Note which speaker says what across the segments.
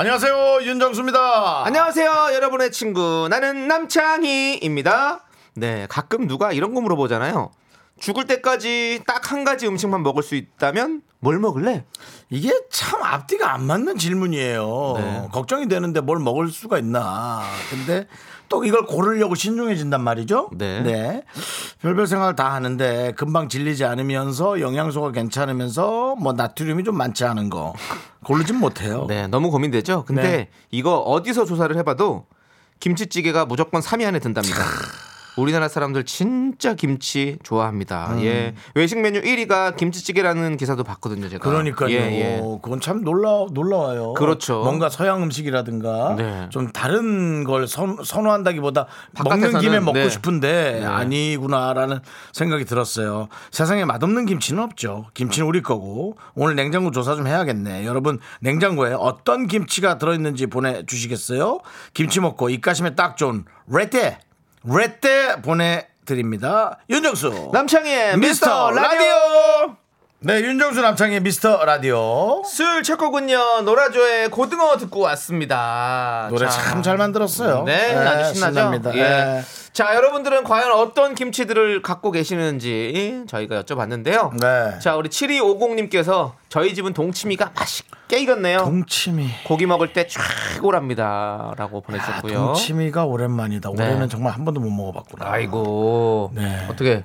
Speaker 1: 안녕하세요 윤정수입니다.
Speaker 2: 안녕하세요, 여러분의 친구. 나는 남창희입니다. 네, 가끔 누가 이런 거 물어보잖아요. 죽을 때까지 딱 한 가지 음식만 먹을 수 있다면 뭘 먹을래?
Speaker 1: 이게 참 앞뒤가 안 맞는 질문이에요.
Speaker 2: 네.
Speaker 1: 걱정이 되는데 뭘 먹을 수가 있나. 근데 또 이걸 고르려고 신중해진단 말이죠.
Speaker 2: 네.
Speaker 1: 별별 생각을 다 하는데 금방 질리지 않으면서 영양소가 괜찮으면서 뭐 나트륨이 좀 많지 않은 거 고르진 못해요.
Speaker 2: 네, 너무 고민되죠? 근데
Speaker 1: 네.
Speaker 2: 이거 어디서 조사를 해봐도 김치찌개가 무조건 3위 안에 든답니다. 우리나라 사람들 진짜 김치 좋아합니다.
Speaker 1: 음.
Speaker 2: 예. 외식 메뉴 1위가 김치찌개라는 기사도 봤거든요, 제가.
Speaker 1: 그러니까요.
Speaker 2: 예, 예.
Speaker 1: 그건 참 놀라 놀라워요.
Speaker 2: 그렇죠.
Speaker 1: 뭔가 서양 음식이라든가
Speaker 2: 네.
Speaker 1: 좀 다른 걸 선, 선호한다기보다 먹는
Speaker 2: 바깥에서는,
Speaker 1: 김에 먹고
Speaker 2: 네.
Speaker 1: 싶은데
Speaker 2: 네.
Speaker 1: 아니구나라는 생각이 들었어요. 세상에 맛없는 김치는 없죠. 김치는 우리 거고 오늘 냉장고 조사 좀 해야겠네. 여러분 냉장고에 어떤 김치가 들어있는지 보내주시겠어요? 김치 먹고 입가심에 딱 좋은 레떼 레떼 보내드립니다. 윤정수
Speaker 2: 남창희의
Speaker 1: 미스터
Speaker 2: 네, 미스터
Speaker 1: 라디오. 네, 윤정수 남창의 미스터 라디오.
Speaker 2: 술 첫 곡은요 노라조의 고등어 듣고 왔습니다.
Speaker 1: 노래
Speaker 2: 자.
Speaker 1: 참 잘 만들었어요.
Speaker 2: 아, 네, 아주 신나죠.
Speaker 1: 신납니다.
Speaker 2: 예.
Speaker 1: 네.
Speaker 2: 자, 여러분들은 과연 어떤 김치들을 갖고 계시는지 저희가 여쭤봤는데요.
Speaker 1: 네.
Speaker 2: 자, 우리 7250님께서 저희 집은 동치미가 맛있게 익었네요.
Speaker 1: 동치미.
Speaker 2: 고기 먹을 때 최고랍니다라고 보내셨고요.
Speaker 1: 아, 동치미가 오랜만이다.
Speaker 2: 네.
Speaker 1: 올해는 정말 한 번도 못 먹어봤구나.
Speaker 2: 아이고.
Speaker 1: 네.
Speaker 2: 어떻게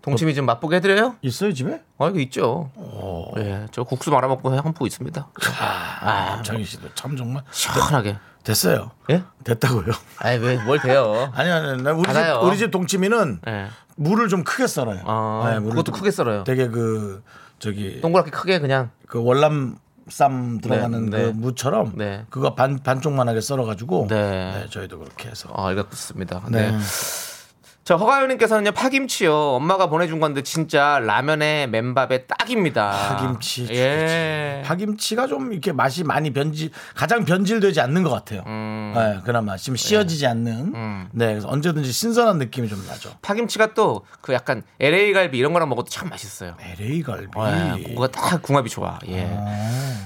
Speaker 2: 동치미 좀 맛보게 해드려요?
Speaker 1: 있어요 집에?
Speaker 2: 아, 이거 있죠.
Speaker 1: 어.
Speaker 2: 예, 저 국수 말아 먹고 한 포 있습니다. 아,
Speaker 1: 남창희 씨도 참 정말
Speaker 2: 시원하게.
Speaker 1: 됐어요.
Speaker 2: 예?
Speaker 1: 됐다고요.
Speaker 2: 아이 왜뭘 돼요?
Speaker 1: 아니 아니, 나 우리
Speaker 2: 알아요.
Speaker 1: 집 우리 집 동치미는
Speaker 2: 예.
Speaker 1: 물을 좀 크게 썰어요.
Speaker 2: 아,
Speaker 1: 네, 물을
Speaker 2: 그것도
Speaker 1: 좀
Speaker 2: 크게 썰어요.
Speaker 1: 되게 그 저기
Speaker 2: 동그랗게 크게 그냥
Speaker 1: 그 월남 쌈 들어가는
Speaker 2: 네, 네.
Speaker 1: 그 무처럼
Speaker 2: 네.
Speaker 1: 그거 반 반쪽만하게 썰어가지고
Speaker 2: 네.
Speaker 1: 네, 저희도 그렇게 해서
Speaker 2: 아, 알겠습니다.
Speaker 1: 네.
Speaker 2: 네. 저 허가연님께서는요 파김치요 엄마가 보내준 건데 진짜 라면에 맨밥에 딱입니다.
Speaker 1: 파김치 좋지.
Speaker 2: 예.
Speaker 1: 파김치가 좀 이렇게 맛이 많이 변질 가장 변질되지 않는 것 같아요.
Speaker 2: 음.
Speaker 1: 네, 그나마 지금 씌어지지 않는 네 그래서 언제든지 신선한 느낌이 좀 나죠.
Speaker 2: 파김치가 또 그 약간 LA 갈비 이런 거랑 먹어도 참 맛있어요.
Speaker 1: LA 갈비.
Speaker 2: 예, 그거가 딱 궁합이 좋아. 예.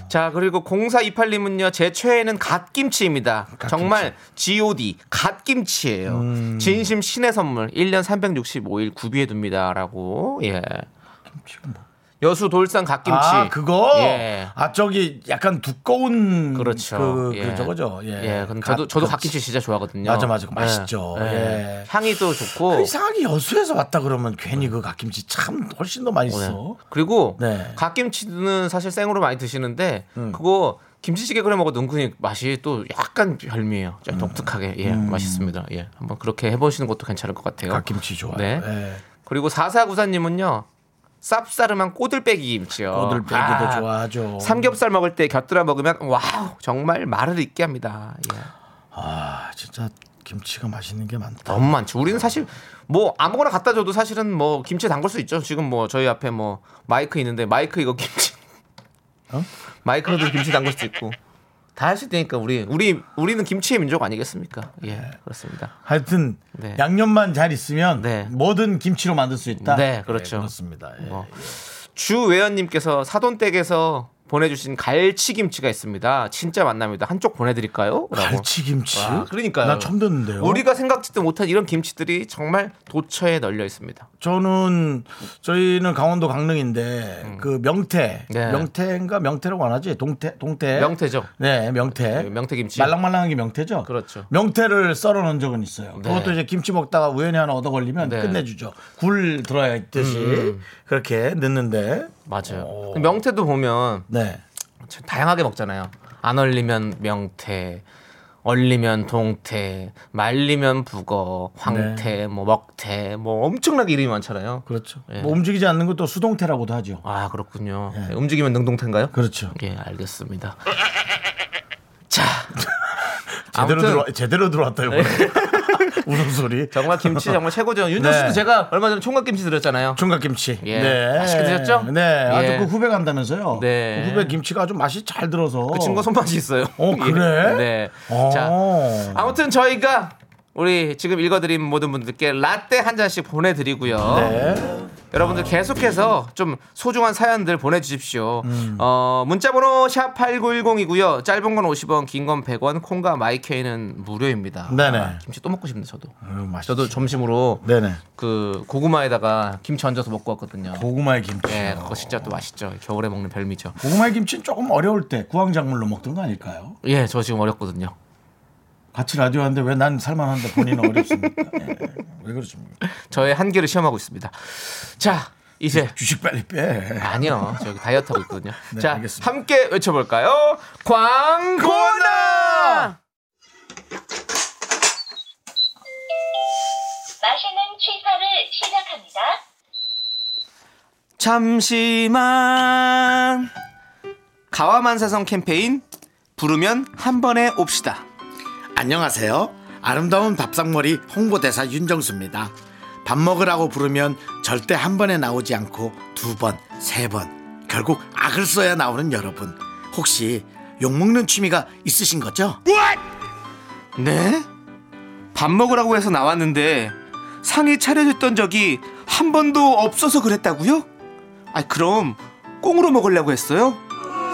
Speaker 2: 자 그리고 0428님은요 제 최애는 갓김치입니다.
Speaker 1: 갓김치. 음.
Speaker 2: 정말 G.O.D. 갓김치예요. 진심 신의 선물 1년 365일 구비해둡니다라고 예. 여수 돌산 갓김치.
Speaker 1: 뭐. 아 그거
Speaker 2: 예.
Speaker 1: 아 저기 약간 두꺼운
Speaker 2: 그렇죠.
Speaker 1: 그, 그
Speaker 2: 예.
Speaker 1: 저거죠. 예.
Speaker 2: 예, 근데 저도 저도
Speaker 1: 갓-
Speaker 2: 갓김치 진짜 좋아하거든요.
Speaker 1: 맞아, 맞아. 그거 맛있죠. 예.
Speaker 2: 향이 또
Speaker 1: 그
Speaker 2: 좋고.
Speaker 1: 이상하게 여수에서 왔다 그러면 괜히 그 갓김치 참 훨씬 더 맛있어.
Speaker 2: 네. 그리고
Speaker 1: 네. 음.
Speaker 2: 갓김치는 사실 생으로 많이 드시는데 그거 김치찌개 끓여 먹어도 은근히 맛이 또 약간 별미예요.
Speaker 1: 음.
Speaker 2: 좀 독특하게 예 맛있습니다. 예 한번 그렇게 해보시는 것도 괜찮을 것 같아요.
Speaker 1: 갓김치 좋아요.
Speaker 2: 네.
Speaker 1: 예.
Speaker 2: 그리고 사사구사님은요 쌉싸름한 꼬들빼기 김치요.
Speaker 1: 꼬들빼기도
Speaker 2: 아,
Speaker 1: 좋아하죠.
Speaker 2: 삼겹살 먹을 때 곁들여 먹으면 와우 정말 말을 잇게 합니다. 예.
Speaker 1: 아 진짜 김치가 맛있는 게 많다.
Speaker 2: 너무 많죠. 우리는 사실 뭐 아무거나 갖다 줘도 사실은 뭐 김치 담글 수 있죠. 지금 뭐 저희 앞에 뭐 마이크 있는데 마이크 이거 김치.
Speaker 1: 어?
Speaker 2: 마이크로도 김치 담글 수도 있고 다 할 수 있으니까 우리 우리 우리는 김치의 민족 아니겠습니까? 예
Speaker 1: 네.
Speaker 2: 그렇습니다.
Speaker 1: 하여튼
Speaker 2: 네.
Speaker 1: 양념만 잘 있으면
Speaker 2: 네.
Speaker 1: 뭐든 김치로 만들 수 있다.
Speaker 2: 네, 그렇죠.
Speaker 1: 그렇습니다. 예.
Speaker 2: 뭐. 주외연님께서 사돈댁에서 보내주신 갈치 김치가 있습니다. 진짜 만납니다. 한쪽 보내드릴까요? 라고.
Speaker 1: 갈치 김치.
Speaker 2: 와, 그러니까요.
Speaker 1: 난 처음 듣는데요.
Speaker 2: 우리가 생각지도 못한 이런 김치들이 정말 도처에 널려 있습니다.
Speaker 1: 저는 저희는 강원도 강릉인데 그 명태,
Speaker 2: 음. 네.
Speaker 1: 명태인가 명태라고 안 하지? 동태, 동태.
Speaker 2: 명태죠.
Speaker 1: 네, 명태.
Speaker 2: 네, 명태 김치.
Speaker 1: 말랑말랑한 게 명태죠.
Speaker 2: 그렇죠.
Speaker 1: 명태를 썰어 놓은 적은 있어요.
Speaker 2: 네.
Speaker 1: 그것도 이제 김치 먹다가 우연히 하나 얻어 걸리면
Speaker 2: 네. 음,
Speaker 1: 끝내주죠. 굴 들어야 있듯이 그렇게 넣는데.
Speaker 2: 맞아요.
Speaker 1: 어.
Speaker 2: 명태도 보면
Speaker 1: 네.
Speaker 2: 참 다양하게 먹잖아요. 안 얼리면 명태, 얼리면 동태, 말리면 북어, 황태,
Speaker 1: 네.
Speaker 2: 뭐 먹태, 뭐 엄청나게 이름이 많잖아요.
Speaker 1: 그렇죠.
Speaker 2: 예.
Speaker 1: 뭐 움직이지 않는 것도 수동태라고도 하죠.
Speaker 2: 아 그렇군요. 네,
Speaker 1: 그
Speaker 2: 예, 움직이면 능동태인가요?
Speaker 1: 그렇죠.
Speaker 2: 예, 알겠습니다. 자,
Speaker 1: 제대로
Speaker 2: 아무튼- 네.
Speaker 1: 들어 제대로 들어왔다 이번에 웃음소리.
Speaker 2: 정말 김치 정말 최고죠. 윤정
Speaker 1: 네.
Speaker 2: 씨도 제가 얼마 전에 총각 김치 드렸잖아요.
Speaker 1: 총각김치.
Speaker 2: 예. 맛있게 드셨죠?
Speaker 1: 네. 아주
Speaker 2: 예.
Speaker 1: 그 후배 간다면서요.
Speaker 2: 네.
Speaker 1: 그 후배 김치가 아주 맛이 잘 들어서.
Speaker 2: 그 친구가 손맛이 있어요.
Speaker 1: 어, 그래?
Speaker 2: 네.
Speaker 1: 어.
Speaker 2: 자, 아무튼 저희가 우리 지금 읽어드린 모든 분들께 라떼 한 잔씩 보내드리고요.
Speaker 1: 네.
Speaker 2: 여러분들 계속해서 좀 소중한 사연들 보내주십시오.
Speaker 1: 음.
Speaker 2: 어, 문자번호 샵 8910이고요. 짧은 건 50원, 긴 건 100원, 콩과 마이케이는 무료입니다.
Speaker 1: 네네.
Speaker 2: 아, 김치 또 먹고 싶네 저도.
Speaker 1: 아유, 맛있지.
Speaker 2: 저도 점심으로
Speaker 1: 네네.
Speaker 2: 그 고구마에다가 김치 얹어서 먹고 왔거든요.
Speaker 1: 고구마의 김치.
Speaker 2: 예, 그거 진짜 또 맛있죠. 겨울에 먹는 별미죠.
Speaker 1: 고구마의 김치는 조금 어려울 때 구황작물로 먹던 거 아닐까요?
Speaker 2: 예, 저 지금 어렵거든요.
Speaker 1: 같이 라디오 하는데 왜 난 살만한데 본인은 어렵습니까? 예. 왜 그러십니까?
Speaker 2: 저의 한계를 시험하고 있습니다. 자, 이제
Speaker 1: 주식 빨리 빼.
Speaker 2: 아니요, 저 여기 다이어트 하고 있거든요.
Speaker 1: 네,
Speaker 2: 자,
Speaker 1: 알겠습니다.
Speaker 2: 함께 외쳐볼까요? 광고나.
Speaker 3: 맛있는 취사를 시작합니다.
Speaker 2: 잠시만 가와만사성 캠페인 부르면 한 번에 옵시다
Speaker 1: 안녕하세요. 아름다운 밥상머리 홍보대사 윤정수입니다. 밥 먹으라고 부르면 절대 한 번에 나오지 않고 두 번, 세 번, 결국 악을 써야 나오는 여러분. 혹시 욕먹는 취미가 있으신 거죠?
Speaker 2: 네? 밥 먹으라고 해서 나왔는데 상이 차려졌던 적이 한 번도 없어서 그랬다고요? 아 그럼 꽁으로 먹으려고 했어요?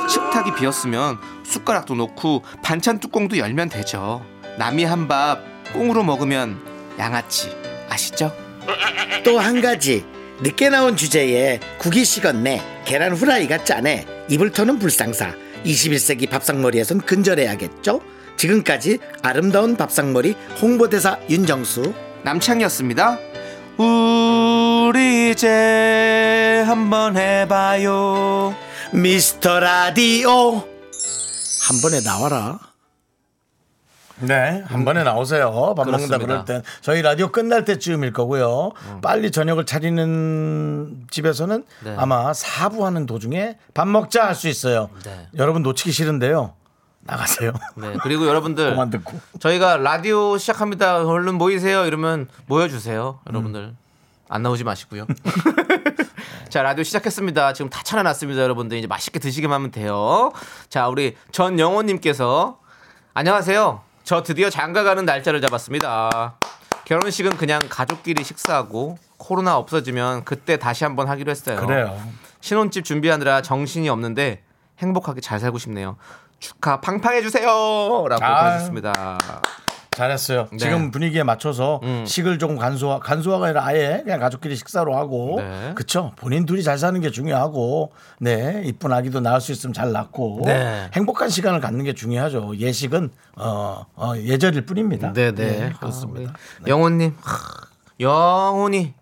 Speaker 2: 식탁이 비었으면 숟가락도 놓고 반찬 뚜껑도 열면 되죠 남이 한 밥 꽁으로 먹으면 양아치 아시죠?
Speaker 4: 또 한 가지 늦게 나온 주제에 국이 식었네 계란 후라이가 짜네 입을 터는 불상사 21세기 밥상머리에선 근절해야겠죠 지금까지 아름다운 밥상머리 홍보대사 윤정수
Speaker 2: 남창이었습니다. 우리 이제 한번 해봐요.
Speaker 4: 미스터 라디오
Speaker 1: 한 번에 나와라. 네, 한 번에 나오세요. 밥 먹는다
Speaker 2: 그렇습니다. 음.
Speaker 1: 그럴 땐 저희 라디오 끝날 때쯤일 거고요. 빨리 저녁을 차리는 집에서는
Speaker 2: 네.
Speaker 1: 아마 사부 하는 도중에 밥 먹자 할 수 있어요.
Speaker 2: 네.
Speaker 1: 여러분 놓치기 싫은데요. 나가세요.
Speaker 2: 네, 그리고 여러분들
Speaker 1: 그만 듣고.
Speaker 2: 저희가 라디오 시작합니다. 얼른 모이세요. 이러면 모여주세요. 여러분들
Speaker 1: 음.
Speaker 2: 안 나오지 마시고요. 자 라디오 시작했습니다. 지금 다 차려놨습니다, 여러분들 이제 맛있게 드시기만 하면 돼요. 자 우리 전영호님께서 안녕하세요. 저 드디어 장가가는 날짜를 잡았습니다. 결혼식은 그냥 가족끼리 식사하고 코로나 없어지면 그때 다시 한번 하기로 했어요.
Speaker 1: 그래요.
Speaker 2: 신혼집 준비하느라 정신이 없는데 행복하게 잘 살고 싶네요. 축하 팡팡해 주세요라고
Speaker 1: 아유.
Speaker 2: 보내주셨습니다.
Speaker 1: 잘했어요. 지금 분위기에 맞춰서 식을 조금 간소화, 간소화가 아니라 아예 그냥 가족끼리 식사로 하고,
Speaker 2: 네.
Speaker 1: 그쵸? 본인 둘이 잘 사는 게 중요하고, 네, 이쁜 아기도 낳을 수 있으면 잘 낳고,
Speaker 2: 네.
Speaker 1: 행복한 시간을 갖는 게 중요하죠. 예식은 어, 어, 예절일 뿐입니다. 네, 그렇습니다.
Speaker 2: 아, 영호님 하, 영혼이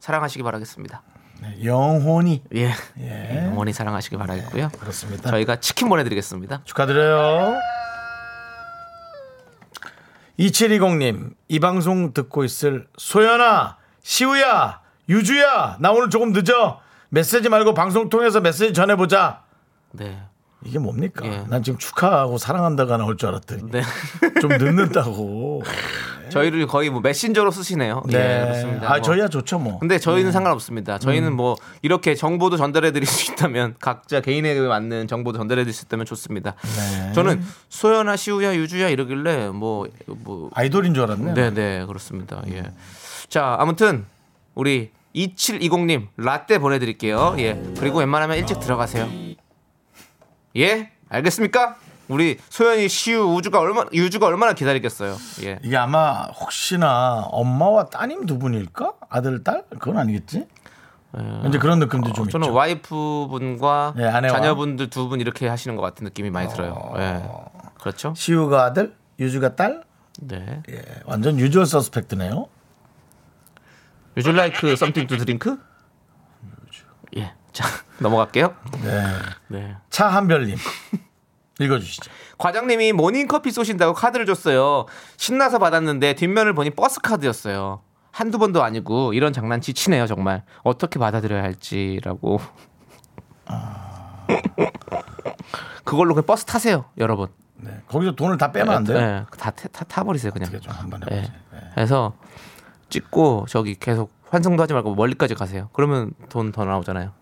Speaker 2: 사랑하시기 바라겠습니다.
Speaker 1: 네, 영혼이
Speaker 2: 예, 영혼이 사랑하시기 바라겠고요.
Speaker 1: 네, 그렇습니다.
Speaker 2: 저희가 치킨 보내드리겠습니다.
Speaker 1: 축하드려요. 2720님, 이 방송 듣고 있을 소연아, 시우야, 유주야, 나 오늘 조금 늦어. 메시지 말고 방송 통해서 메시지 전해보자.
Speaker 2: 네,
Speaker 1: 이게 뭡니까?
Speaker 2: 예.
Speaker 1: 난 지금 축하하고 사랑한다가 나올 줄 알았더니
Speaker 2: 네.
Speaker 1: 좀 늦는다고.
Speaker 2: 저희를 거의 뭐 메신저로 쓰시네요.
Speaker 1: 네.
Speaker 2: 예, 그렇습니다.
Speaker 1: 아,
Speaker 2: 뭐.
Speaker 1: 저희야 음. 좋죠, 뭐.
Speaker 2: 근데 저희는 상관없습니다. 저희는 뭐 이렇게 정보도 전달해 드릴 수 있다면 각자 개인에 맞는 정보도 전달해 드릴 수 있다면 좋습니다.
Speaker 1: 네.
Speaker 2: 저는 소연아, 시우야, 유주야 이러길래 뭐 뭐
Speaker 1: 아이돌인 줄 알았네.
Speaker 2: 네, 네, 그렇습니다. 예. 자, 아무튼 우리 2720님 라떼 보내 드릴게요. 예. 그리고 웬만하면 일찍 들어가세요. 예? 알겠습니까? 우리 소연이 시우 우주가 얼마 유주가 얼마나 기다리겠어요. 예.
Speaker 1: 이게 아마 혹시나 엄마와 따님 두 분일까? 아들, 딸? 그건 아니겠지? 이제 그런 느낌도 좀
Speaker 2: 어, 저는
Speaker 1: 있죠.
Speaker 2: 와이프분과
Speaker 1: 그렇죠. 네, 아내와.
Speaker 2: 자녀분들 두 분 이렇게 하시는 것 같은 느낌이 많이 들어요. 예. 그렇죠?
Speaker 1: 시우가 아들, 유주가 딸?
Speaker 2: 네.
Speaker 1: 예, 완전 유주얼 서스펙트네요.
Speaker 2: Would you like something to drink? 예. 자, 넘어갈게요.
Speaker 1: 네.
Speaker 2: 네.
Speaker 1: 차한별님 읽어주시죠.
Speaker 2: 과장님이 모닝커피 쏘신다고 카드를 줬어요. 신나서 받았는데 뒷면을 보니 버스 카드였어요. 한두 번도 아니고 이런 장난 지치네요 정말. 어떻게 받아들여야 할지라고. 그걸로 그냥 버스 타세요 여러분.
Speaker 1: 네. 거기서 돈을 다 빼면 안 돼요?
Speaker 2: 네, 다, 태- 다 타버리세요 그냥.
Speaker 1: 어떻게 좀 한번
Speaker 2: 예.
Speaker 1: 해보세요. 네.
Speaker 2: 그래서 찍고 저기 계속 환승도 하지 말고 멀리까지 가세요. 그러면 돈 더 나오잖아요.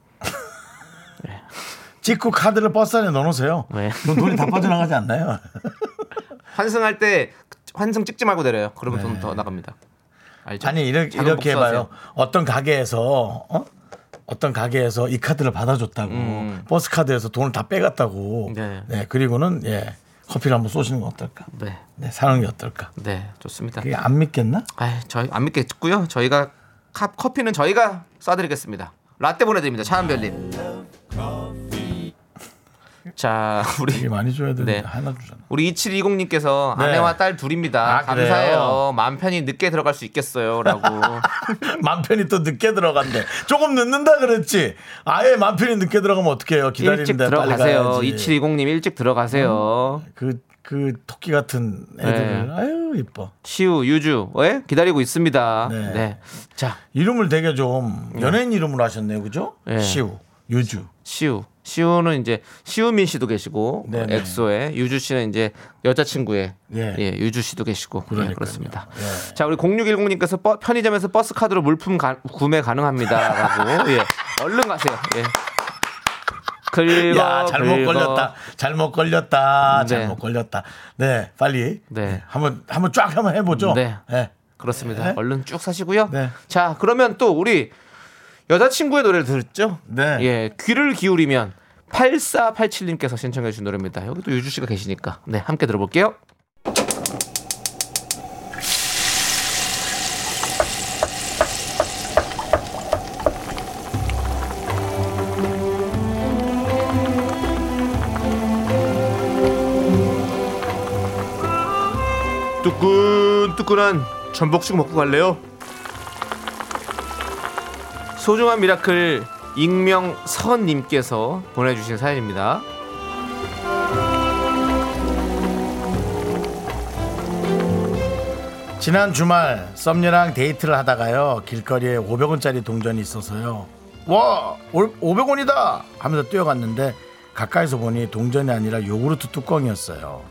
Speaker 1: 찍고 카드를 버스 안에 넣어놓으세요.
Speaker 2: 네.
Speaker 1: 그럼 돈이 다 빠져나가지 않나요?
Speaker 2: 환승할 때 환승 찍지 말고 내려요. 그러면 돈 더 나갑니다. 알죠?
Speaker 1: 네. 아니 이렇게,
Speaker 2: 작은
Speaker 1: 이렇게 해봐요.
Speaker 2: 복수하세요.
Speaker 1: 어떤 가게에서 어? 어떤 가게에서 이 카드를 받아줬다고 버스 카드에서 돈을 다 빼갔다고.
Speaker 2: 음. 네.
Speaker 1: 네. 그리고는 예 커피를 한번 쏘시는 건 어떨까?
Speaker 2: 네,
Speaker 1: 네, 사는 게 어떨까?
Speaker 2: 네 좋습니다.
Speaker 1: 그게 안 믿겠나?
Speaker 2: 아, 저희 안 믿겠고요. 저희가 컵 커피는 저희가 쏴드리겠습니다. 라떼 보내드립니다. 차한별님. 자,
Speaker 1: 되게
Speaker 2: 우리
Speaker 1: 많이 줘야 되는데
Speaker 2: 네.
Speaker 1: 하나 주잖아.
Speaker 2: 우리 2720님께서
Speaker 1: 네.
Speaker 2: 아내와 딸 둘입니다.
Speaker 1: 아, 그래요?
Speaker 2: 감사해요. 마음 편히 늦게 들어갈 수 있겠어요라고.
Speaker 1: 맘 편히 또 늦게 들어간대. 조금 늦는다 그랬지. 아예 맘 편히 늦게 들어가면 어떡해요.
Speaker 2: 일찍
Speaker 1: 기다리는데 빨리
Speaker 2: 들어가세요.
Speaker 1: 가야지.
Speaker 2: 2720님 일찍 들어가세요.
Speaker 1: 그, 그 토끼 같은 애들.
Speaker 2: 네.
Speaker 1: 아유, 이뻐.
Speaker 2: 시우 유주 예? 기다리고 있습니다. 네.
Speaker 1: 네.
Speaker 2: 자
Speaker 1: 이름을 되게 좀 연예인 이름으로 하셨네요. 그죠?
Speaker 2: 네.
Speaker 1: 시우, 유주.
Speaker 2: 시우 시우는 이제 시우민 씨도 계시고 뭐
Speaker 1: 네네.
Speaker 2: 엑소의 유주 씨는 이제 여자친구의 예.
Speaker 1: 예.
Speaker 2: 유주 씨도 계시고 예,
Speaker 1: 그러니까요.
Speaker 2: 그렇습니다.
Speaker 1: 예.
Speaker 2: 자 우리 0610님께서 버- 편의점에서 버스 카드로 물품 가- 구매 가능합니다라고 예. 얼른 가세요. 예. 긁어,
Speaker 1: 야, 잘못
Speaker 2: 긁어.
Speaker 1: 걸렸다. 잘못 걸렸다.
Speaker 2: 네.
Speaker 1: 잘못 걸렸다. 네, 빨리.
Speaker 2: 네.
Speaker 1: 네, 한번 한번 쫙 한번 해 보죠.
Speaker 2: 네.
Speaker 1: 네.
Speaker 2: 그렇습니다.
Speaker 1: 네.
Speaker 2: 얼른 쭉 사시고요.
Speaker 1: 네.
Speaker 2: 자, 그러면 또 우리 여자친구의 노래를 들었죠?
Speaker 1: 네.
Speaker 2: 예, 귀를 기울이면 8487님께서 신청해 주신 노래입니다. 여기 또 유주 씨가 계시니까. 네, 함께 들어볼게요. 뜨끈뜨끈한 전복죽 먹고 갈래요? 소중한 미라클 익명 선님께서 보내주신 사연입니다.
Speaker 1: 지난 주말 썸녀랑 데이트를 하다가요. 길거리에 500원짜리 동전이 있어서요. 와, 올- 500원이다 하면서 뛰어갔는데 가까이서 보니 동전이 아니라 요구르트 뚜껑이었어요.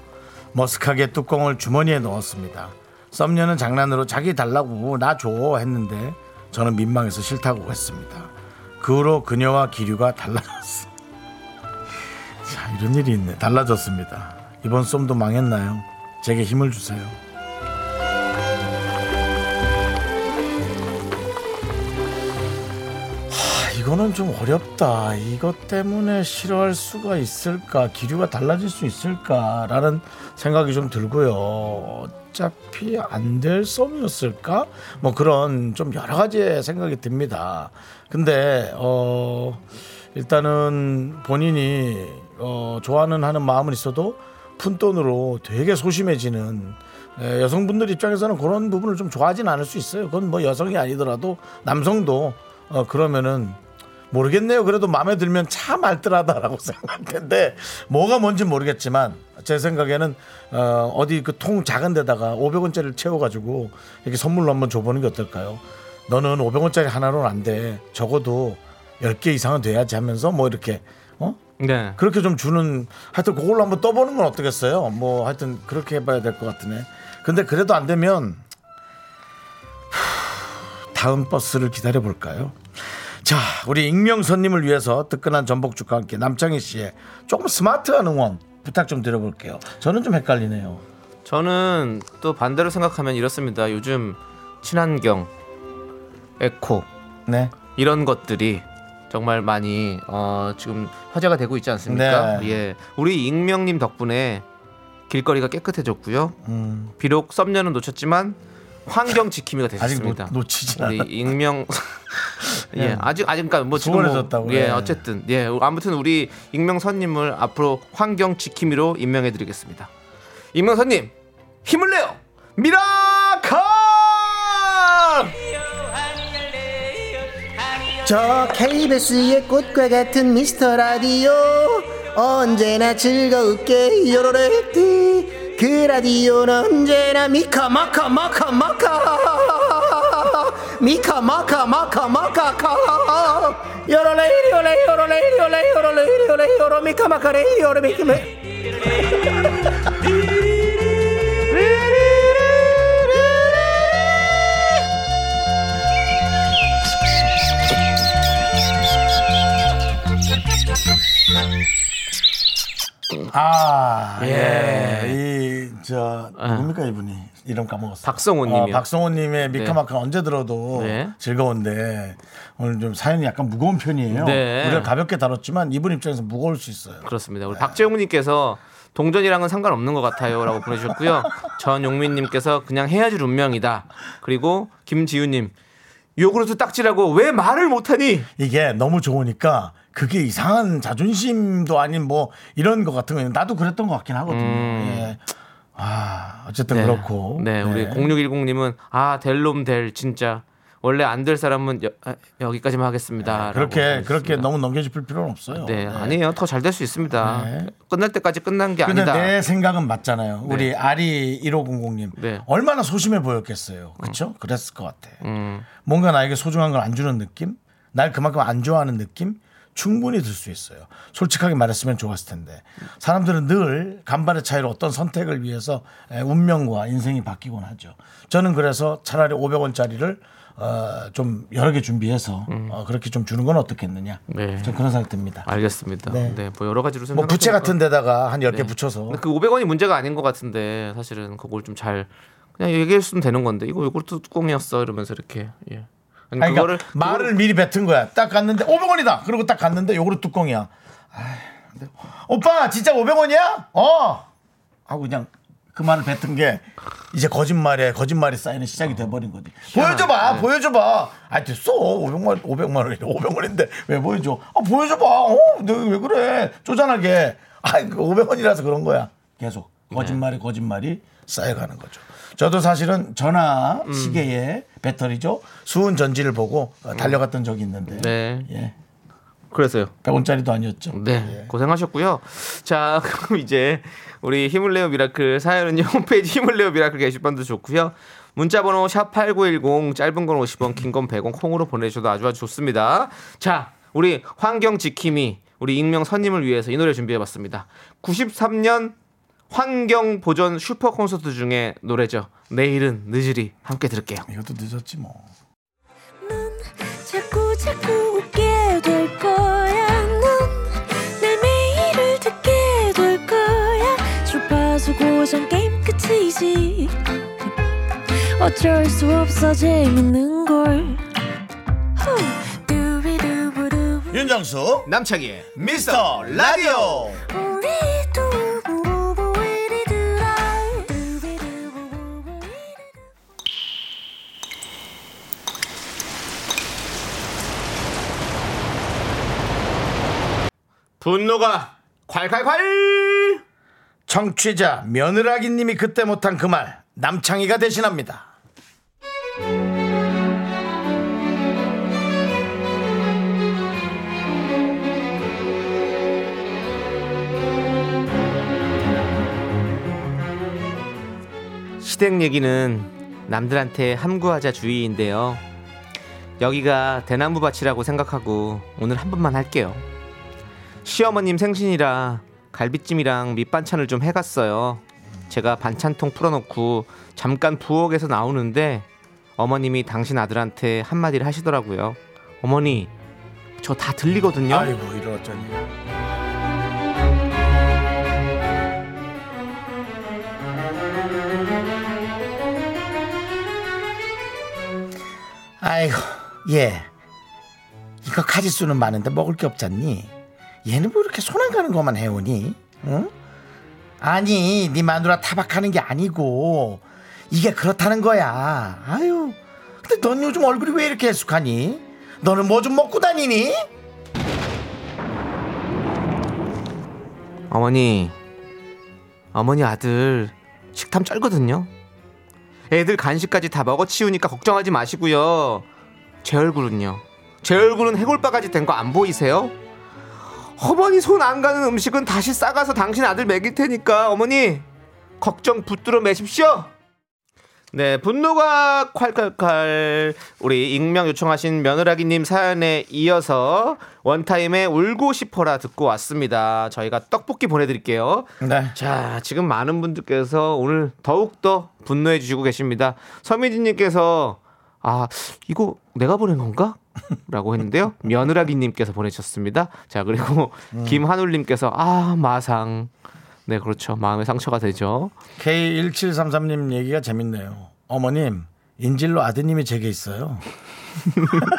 Speaker 1: 머쓱하게 뚜껑을 주머니에 넣었습니다. 썸녀는 장난으로 자기 달라고 나 줘 했는데 저는 민망해서 싫다고 했습니다. 그 후로 그녀와 기류가 달라졌어. 자, 이런 일이 있네. 달라졌습니다. 이번 썸도 망했나요? 제게 힘을 주세요. 아, 이거는 좀 어렵다. 이것 때문에 싫어할 수가 있을까? 기류가 달라질 수 있을까라는 생각이 좀 들고요. 어차피 안 될 썸이었을까? 뭐 그런 좀 여러 가지의 생각이 듭니다. 근데 어 일단은 본인이 어 좋아하는 하는 마음은 있어도 푼돈으로 되게 소심해지는 에, 예, 여성분들 입장에서는 그런 부분을 좀 좋아하진 않을 수 있어요. 그건 뭐 여성이 아니더라도 남성도 어, 그러면은 모르겠네요. 그래도 마음에 들면 참 알뜰하다라고 생각할 텐데 뭐가 뭔지 모르겠지만 제 생각에는 어, 어디 그 통 작은 데다가 500원짜리를 채워가지고 이렇게 선물로 한번 줘보는 게 어떨까요? 너는 500원짜리 하나로는 안 돼. 적어도 10개 이상은 돼야지 하면서 뭐 이렇게 어?
Speaker 2: 네.
Speaker 1: 그렇게 좀 주는 하여튼 그걸로 한번 떠보는 건 어떻겠어요? 뭐 하여튼 그렇게 해봐야 될 것 같으네. 근데 그래도 안 되면 하, 다음 버스를 기다려 볼까요? 자, 우리 익명선님을 위해서 뜨끈한 전복죽과 함께 남창희 씨의 조금 스마트한 응원 부탁 좀 드려볼게요. 저는 좀 헷갈리네요.
Speaker 2: 저는 또 반대로 생각하면 이렇습니다. 요즘 친환경, 에코
Speaker 1: 네,
Speaker 2: 이런 것들이 정말 많이 어, 지금 화제가 되고 있지 않습니까?
Speaker 1: 네.
Speaker 2: 예, 우리 익명님 덕분에 길거리가 깨끗해졌고요.
Speaker 1: 음,
Speaker 2: 비록 썸녀는 놓쳤지만 환경 지킴이가
Speaker 1: 아직 놓,
Speaker 2: 되셨습니다. 네.
Speaker 1: 놓치진
Speaker 2: 우리
Speaker 1: 않아.
Speaker 2: 익명 예
Speaker 1: 예.
Speaker 2: 아직 아직 그러니까 뭐 지금 뭐,
Speaker 1: 수월해졌다고,
Speaker 2: 예
Speaker 1: 예.
Speaker 2: 어쨌든 예 아무튼 우리 익명선님을 앞으로 환경 지킴이로 임명해드리겠습니다. 익명선님 힘을 내요 미라카
Speaker 5: 저 KBS의 꽃과 같은 미스터 라디오 언제나 즐거울게 요로레띠 그 라디오는 언제나 미카 마카 마카 마카 미카 마카 마카 마카 카 요로레 요로레 요로레 요로레 요로레 요로레 요로 미카 마카 레 요로 미카 레
Speaker 1: 아,
Speaker 2: 예.
Speaker 1: 예. 이, 저, 누굽니까 이분이? 이름 까먹었어요.
Speaker 2: 박성호
Speaker 1: 어,
Speaker 2: 님이요.
Speaker 1: 박성호님의 미카마카 언제 들어도
Speaker 2: 네.
Speaker 1: 즐거운데 오늘 좀 사연이 약간 무거운 편이에요.
Speaker 2: 네.
Speaker 1: 우리가 가볍게 다뤘지만 이분 입장에서 무거울 수 있어요.
Speaker 2: 그렇습니다. 우리 박재웅님께서 동전이랑은 상관없는 것 같아요라고 보내주셨고요. 전용민님께서 그냥 헤어질 운명이다. 그리고 김지우님 요구르트 딱지라고 왜 말을 못하니?
Speaker 1: 이게 너무 좋으니까 그게 이상한 자존심도 아닌 뭐 이런 것 같은 거예요. 나도 그랬던 것 같긴 하거든요. 예. 아, 어쨌든 그렇고.
Speaker 2: 음. 네, 우리 0610님은 아 델놈 델 진짜 원래 안 될 사람은 여, 아, 여기까지만 하겠습니다. 라고
Speaker 1: 네, 그렇게 그렇게
Speaker 2: 보내주셨습니다.
Speaker 1: 너무 넘겨짚을 필요는 없어요.
Speaker 2: 네, 아니에요. 더 잘 될 수 있습니다.
Speaker 1: 네.
Speaker 2: 끝날 때까지 끝난 게
Speaker 1: 근데
Speaker 2: 아니다.
Speaker 1: 내 생각은 맞잖아요. 우리 아리 1500님
Speaker 2: 네.
Speaker 1: 얼마나 소심해 보였겠어요. 그렇죠? 그랬을 것 같아.
Speaker 2: 음,
Speaker 1: 뭔가 나에게 소중한 걸 안 주는 느낌, 날 그만큼 안 좋아하는 느낌 충분히 들 수 있어요. 솔직하게 말했으면 좋았을 텐데 사람들은 늘 간발의 차이로 어떤 선택을 위해서 에, 운명과 인생이 바뀌곤 하죠. 저는 그래서 차라리 500원짜리를 어, 좀 여러 개 준비해서 어, 그렇게 좀 주는 건 어떻겠느냐.
Speaker 2: 네.
Speaker 1: 전 그런 생각 듭니다.
Speaker 2: 알겠습니다.
Speaker 1: 네.
Speaker 2: 네. 뭐 여러 가지로 생각.
Speaker 1: 뭐 부채 같은 데다가 한 10개 붙여서
Speaker 2: 근데 그 500원이 문제가 아닌 것 같은데 사실은 그걸 좀 잘 그냥 얘기했으면 되는 건데 이거 요구르트 뚜껑이었어 이러면서 이렇게 예. 아니,
Speaker 1: 아니,
Speaker 2: 그거를
Speaker 1: 그러니까 말을 미리 뱉은 거야. 딱 갔는데 500원이다. 그리고 딱 갔는데 요거로 뚜껑이야. 아이, 근데 오빠 진짜 500원이야? 어. 하고 그냥 그 말을 뱉은 게 이제 거짓말에 거짓말이 쌓이는 시작이 돼버린 거지. 보여줘봐,
Speaker 2: 네.
Speaker 1: 보여줘봐. 아 됐어, 500만 500만 원이 500원인데 왜 보여줘? 아 보여줘봐. 어, 내가 왜 그래? 쪼잔하게. 아, 500원이라서 그런 거야. 계속
Speaker 2: 네.
Speaker 1: 거짓말이 거짓말이 쌓여가는 거죠. 저도 사실은 전화
Speaker 2: 음.
Speaker 1: 시계의 배터리죠. 수은 전지를 보고 어, 달려갔던 적이 있는데,
Speaker 2: 음. 네
Speaker 1: 예,
Speaker 2: 그래서요
Speaker 1: 100원짜리도 아니었죠.
Speaker 2: 네 고생하셨고요 자 그럼 이제 우리 힘을 내요 미라클 사연은요 홈페이지 힘을 내요 미라클 게시판도 좋고요 문자번호 샵8910 짧은 건 50원 긴 건 100원 콩으로 보내주셔도 아주 아주 좋습니다 자 우리 환경지킴이 우리 익명 선님을 위해서 이 노래 준비해봤습니다 93년 환경 보전 슈퍼 콘서트 중에 노래죠 내일은 늦으리 함께 들을게요
Speaker 1: 이것도 늦었지 뭐.
Speaker 6: 자꾸 자꾸 웃게 될 거야. 넌내 매일을 듣게 될 거야. 주파수 고정 게임 끝이지. 어쩔 수 없어 재밌는 걸. 후. 두비두부두.
Speaker 1: 윤정수
Speaker 2: 남창희의
Speaker 1: 미스터 라디오.
Speaker 6: 우리 두부부부 우리들아. 두비두부부부 우리들아.
Speaker 2: 분노가 콸콸콸
Speaker 1: 청취자 며느라기님이 그때 못한 그 말 남창희가 대신합니다.
Speaker 2: 시댁 얘기는 남들한테 함구하자 주의인데요. 여기가 대나무밭이라고 생각하고 오늘 한 번만 할게요. 시어머님 생신이라 갈비찜이랑 밑반찬을 좀 해갔어요. 제가 반찬통 풀어놓고 잠깐 부엌에서 나오는데 어머님이 당신 아들한테 한마디를 하시더라고요. 어머니, 저 다 들리거든요.
Speaker 1: 아이고 이런 어쩌니. 아이고 얘 이거 가지수는 많은데 먹을 게 없잖니 얘는 뭐 이렇게 손 안 가는 것만 해오니 응? 아니 네 마누라 타박하는 게 아니고 이게 그렇다는 거야 아유 근데 넌 요즘 얼굴이 왜 이렇게 애숙하니 너는 뭐 좀 먹고 다니니
Speaker 2: 어머니, 어머니 아들 식탐 쩔거든요. 애들 간식까지 다 먹어치우니까 걱정하지 마시고요. 제 얼굴은요. 제 얼굴은 해골바가지 된 거 안 보이세요? 어머니 손 안 가는 음식은 다시 싸가서 당신 아들 먹일 테니까 어머니 걱정 붙들어 매십시오. 네, 분노가 콸콸콸. 우리 익명 요청하신 며느라기님 사연에 이어서 원타임의 울고 싶어라 듣고 왔습니다. 저희가 떡볶이 보내드릴게요.
Speaker 1: 네.
Speaker 2: 자, 지금 많은 분들께서 오늘 더욱더 분노해 주시고 계십니다. 서민진님께서 아, 이거 내가 보낸 건가? 라고 했는데요. 며느라기님께서 보내셨습니다. 자, 그리고 김한울님께서 아, 마상. 네, 그렇죠. 마음의 상처가 되죠.
Speaker 1: K1733님 얘기가 재밌네요. 어머님, 인질로 아드님이 제게 있어요.